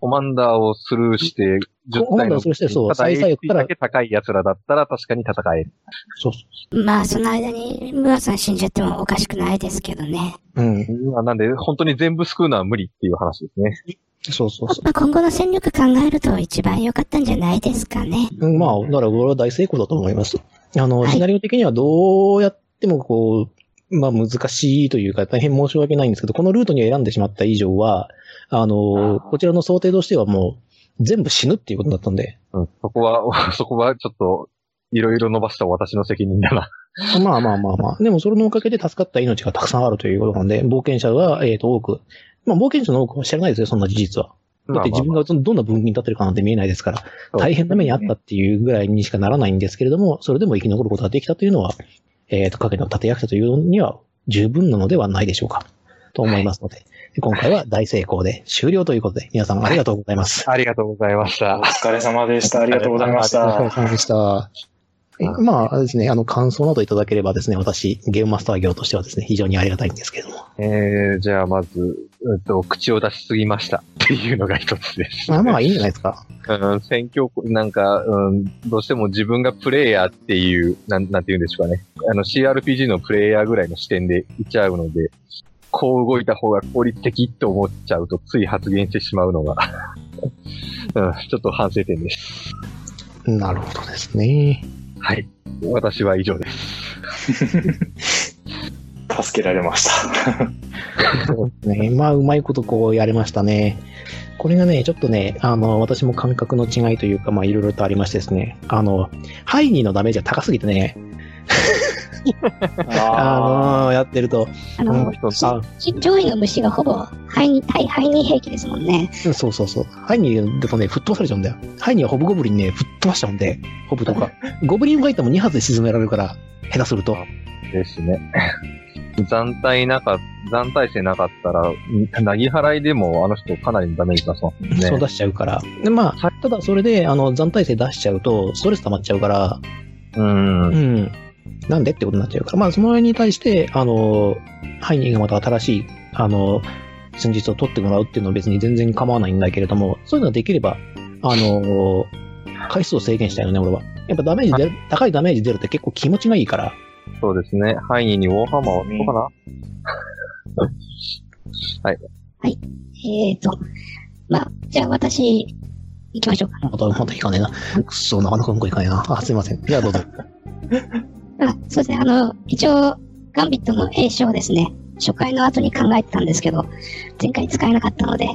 S2: コマンダーをスルーして、
S1: コマン
S2: 10体
S1: ダー
S2: の
S1: をスルーしてそう
S2: ただ
S1: 最左翼
S2: HP
S1: から
S2: だけ高い奴らだったら確かに戦える。
S1: そうそ
S4: まあ、その間に、ムアさん死んじゃってもおかしくないですけどね。
S1: う。うん。
S2: まあなんで、本当に全部救うのは無理っていう話ですね。
S1: そうそうそ
S4: まあ、今後の戦力考えると一番良かったんじゃないですかね。
S1: う。うんまあ、だからこれは大成功だと思います。あの、
S4: はい
S1: シナリオ的にはどうやってもこう、まあ難しいというか大変申し訳ないんですけど、このルートに選んでしまった以上は、あの、
S3: あー
S1: こちらの想定としてはもう全部死ぬっていうことだったん で、
S2: うん。そこは、 そこはちょっと、いろいろ伸ばした私の責任だな。
S1: まあまあまあまあ。でもそれのおかげで助かった命がたくさんあるということなんで、冒険者が、えっ、と、多く。まあ冒険者の多くは知らないですよ、そんな事実は。だって自分
S2: が、
S1: がどんな分岐に立ってるかなんて見えないですから、
S2: そう
S1: 大変な目にあったっていうぐらいにしかならないんですけれども、それでも生き残ることができたというのは、えっ、と、影の盾役者というのには十分なのではないでしょうか。と思いますので、今回は大成功で終了ということで、皆さんありがとうございます。
S2: ありがとうございまし
S3: お
S2: た。
S3: 疲れ様でした。ありがとうございまし
S1: お疲れ
S3: た。
S1: 様でした。えまあですね、あの、感想などいただければですね、私、ゲームマスター業としてはですね、非常にありがたいんですけれども。
S2: えー、じゃあまず、うんと、口を出しすぎましたっていうのが一つです。
S1: まあまあ、いいんじゃないですか。
S2: うん、選挙区、なんか、うん、どうしても自分がプレイヤーっていう、なん、なんて言うんでしょうかね。あの、CRPG のプレイヤーぐらいの視点でいっちゃうので、こう動いた方が効率的って思っちゃうと、つい発言してしまうのが、 うん、ちょっと反省点です。
S1: なるほどですね。
S2: はい。私は以上です。
S3: 助けられました。
S1: ねまあ、うまいことこうやれましたね。これがね、ちょっとね、あの、私も感覚の違いというか、まあ、いろいろとありましてですね、あの、ハイニーのダメージが高すぎてね、
S3: あ
S1: あの、やってると、
S4: あ
S1: う
S4: の、
S1: んあ
S4: 上位の虫がほぼ、ハイニ、ハイハイニ兵器ですもんね。
S1: そうそうそう。ハイニーだとね、吹っ飛ばされちゃうんだよ。ハイニーはホブゴブリンね、吹っ飛ばしちゃうんで、ホブとか。ゴブリンファイターも2発で沈められるから、下手すると。
S2: ですね。 残体なか、残体性なかったら、んなぎ払いでもあの人かなりのダメージ出しますもんね。
S1: そう出しちゃうから。で、まあ
S2: は、
S1: ただそれで、あの、残体制出しちゃうと、ストレス溜まっちゃうから、
S2: うん。
S1: う
S2: うん
S1: ん。なんでってことになっちゃうから、まあ、その辺に対して、あの、ハイニーがまた新しい、あの、戦術を取ってもらうっていうのは別に全然構わないんだけれども、そういうのができれば、あの、回数を制限したいよね、俺は。やっぱダメージ出る、高いダメージ出るって結構気持ちがいいから、
S2: そうですね。ハイニーにウォーハンマーをそうかな、
S4: えーと、まあ、じゃあ私、行きましょうか。
S1: また、また引かねえな。くっそ、なかなかうんこいかねえな。あ、すいません。じゃあどうぞ。
S4: あ、そうですね。あの、一応、ガンビットの英称をですね、初回の後に考えてたんですけど、前回使えなかったので、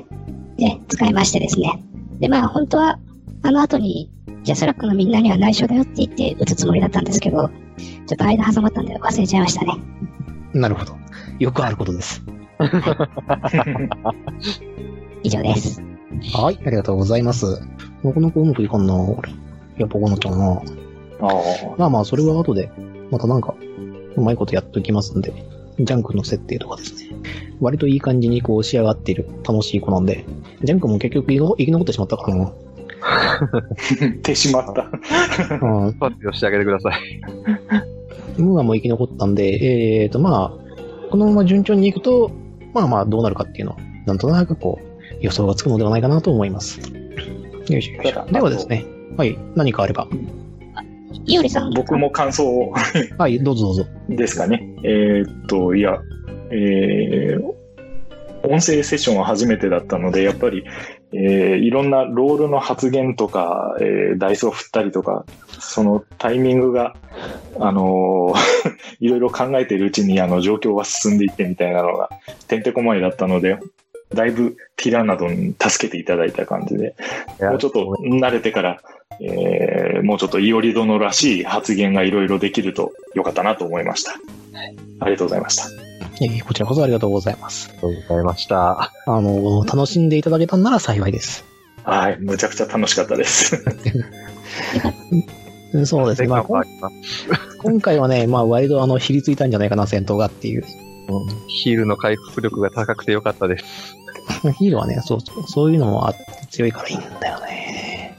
S4: で、使いましてですね。で、まあ、本当は、あの後に、ジャスラックのみんなには内緒だよって言って打つつもりだったんですけど、ちょっと間挟まったんで忘れちゃいましたね。
S1: なるほど。よくあることです。
S4: 以上です。
S1: はい、ありがとうございます。なかなかうまくいかんな、俺。やっぱこうなっちゃうな。
S3: あ
S1: まあまあ、それは後で、またなんか、うまいことやっときますんで、ジャンクの設定とかですね。割といい感じにこう仕上がっている、楽しい子なんで、ジャンクも結局生き残ってしまったからな。
S3: 手しまった。
S1: うん。
S2: 発表してあげてください。
S1: ムーアも生き残ったんで、えーと、まあ、このまま順調にいくと、まあまあ、どうなるかっていうのは、なんとなくこう、予想がつくのではないかなと思います。よいしょよいしょ。ではですね、はい、何かあれば。
S4: いおりさん、
S3: 僕も感想を
S1: はい、どうぞどうぞ。
S3: ですかね。えーっと、いや、えー音声セッションは初めてだったので、やっぱり、えーいろんなロールの発言とか、えーダイスを振ったりとか、そのタイミングが、あのー いろいろ考えているうちに、あの、状況が進んでいってみたいなのが、てんてこまいだったので、だいぶティラなどに助けていただいた感じで、もうちょっと慣れてから、えーもうちょっといおり殿らしい発言がいろいろできるとよかったなと思いました。ありがとうございました。
S1: えーこちらこそありがとうございます
S2: あ。りがとうございました。
S1: あの、楽しんでいただけたんなら幸いです。
S3: はい、むちゃくちゃ楽しかったです。
S1: うんそうですね。まあ、
S2: 前回
S1: こ
S2: は
S1: ん今回はね、まあ、割とあの、ひりついたんじゃないかな、戦闘がっていう。
S2: ヒールの回復力が高くてよかったです。
S1: ヒーローはね、そう、そうそういうのもあって強いからいいんだよね。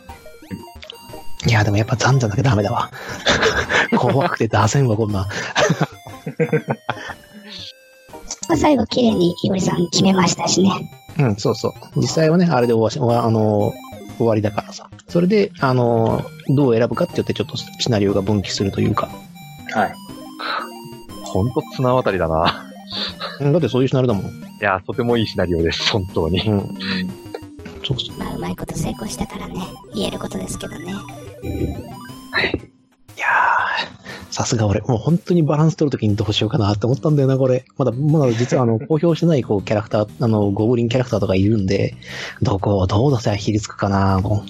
S1: いや、でもやっぱ残じゃなきゃダメだわ。 怖くて出せんわ、こんなん。
S4: まあ最後綺麗にいおりさん決めましたしね。
S1: うん、そうそう。実際はね、あれで終わし終わ、あのー終わりだからさ。それで、あのーどう選ぶかってよってちょっとシナリオが分岐するというか。
S3: はい。
S2: ほんと綱渡りだな。
S1: うんだってそういうシナリオだもん。
S2: いや、とてもいいシナリオです、本当に。
S1: うん。そうそう。
S4: まあ、うまいこと成功したからね、言えることですけどね。
S1: いやーさすが俺、もう本当にバランス取るときにどうしようかなって思ったんだよな、これ。まだ、まだ実はあの、公表してないこうキャラクター、あの、ゴブリンキャラクターとかいるんで、どこをどう出せばひりつくかなも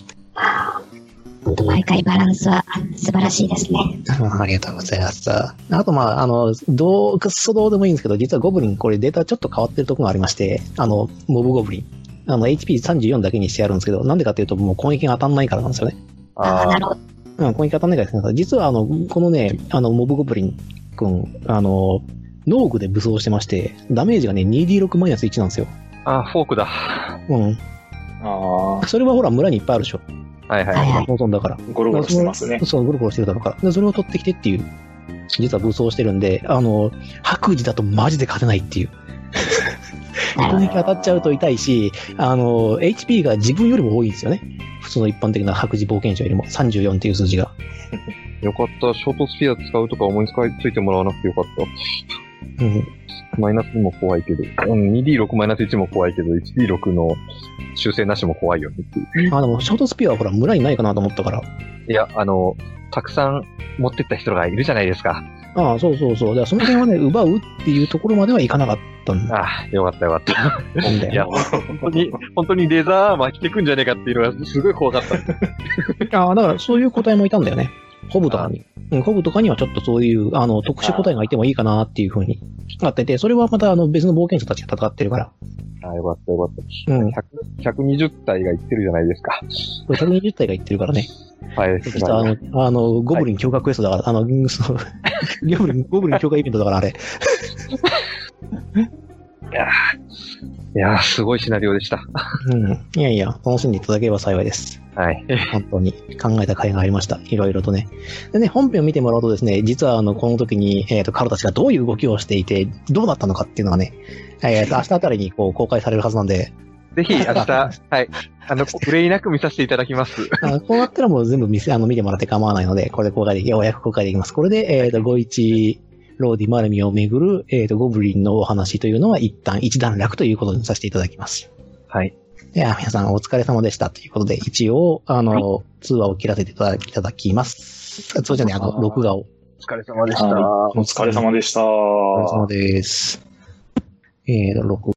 S4: ほんと毎回バランスは素晴らしいですね。
S1: うありがとうございます。あと、まあ、あの、どう、くっそどうでもいいんですけど、実はゴブリン、これデータちょっと変わってるところがありまして、あの、モブゴブリン。あの、HP34 だけにしてやるんですけど、なんでかっていうと、もう攻撃が当たんないからなんですよね。
S4: あ
S2: ー
S4: あ、なるほど。
S1: うん、こういう方ねがですね、実はあの、このね、あの、モブゴブリン君、あの、農具で武装してまして、ダメージがね、2D6 マイナス1なんですよ。
S2: あー、フォークだ。
S1: うん。
S3: ああ、
S1: それはほら、村にいっぱいあるでしょ。
S2: はいは
S4: はい
S2: い。
S4: はい。
S1: 農村だから。
S3: ゴロゴロしてますね。
S1: そう、ゴロゴロしてるだろうから。で、それを取ってきてっていう、実は武装してるんで、あの、白磁だとマジで勝てないっていう。
S4: なる
S1: 攻
S4: ほ
S1: 撃当たっちゃうと痛いし、あの、HP が自分よりも多いんですよね。普通の一般的な白磁冒険者よりも34っていう数字が。
S2: よかった。ショートスピア使うとか思いつかついてもらわなくてよかった。
S1: うん。
S2: マイナスも怖いけど、うん、2D6 マイナス1も怖いけど、1D6 の修正なしも怖いよねっていう。
S1: あ、でも、ショートスピアはほら、村にないかなと思ったから、
S2: いや、あの、たくさん持ってった人がいるじゃないですか。
S1: ああ、そうそうそう。じゃあ、その 辺はね、奪うっていうところまではいかなかったんだ
S2: ああ、よかったよかった。
S1: んだ
S2: いや
S1: よ。
S3: 本
S2: 本当に、本当にレザー巻きてくんじゃねえかっていうのがすごい怖かっ た。
S1: ああ、だからそういう個体もいたんだよね。ホブとかに。うん、ホブとかにはちょっとそういう、あの、特殊個体がいてもいいかなっていうふうになってて、それはまたあの別の冒険者たちが戦ってるから。
S2: ああ、よかったよかった。
S1: うん。
S2: 120体がいってるじゃないですか。
S1: これ120体が言ってるから ね。
S2: はい、
S1: 実はあの、あの、ゴブリン強化クエストだから、あの、 うんそう、ゴブリン、ゴブリン強化イベントだからあれ。
S2: いやー、すごいシナリオでした。
S1: うん。いやいや、楽しんでいただければ幸いです。
S2: はい。
S1: 本当に考えた回がありました。いろいろとね。でね、本編を見てもらうとですね、実はあの、この時に、えっ、と、カロたちがどういう動きをしていて、どうだったのかっていうのがね、えっ、と、明日あたりにこう公開されるはずなんで、
S2: ぜひ明 日、はい。あの、憂いなく見させていただきます。
S1: あこうなったらもう全部見せ、あの、見てもらって構わないので、これで公開でき、ようやく公開できます。これで、えっ、と、ゴイチ、ローディ・マルミをめぐる、えっ、と、ゴブリンのお話というのは一旦一段落ということにさせていただきます。
S2: はい。
S1: いや、皆さんお疲れ様でしたということで、一応、あの、通話を切らせていただいただきます。あそうじゃね、あの、録画を。
S2: お疲れ様で
S3: したお疲れ様でした。
S1: お疲れ様です。えー、録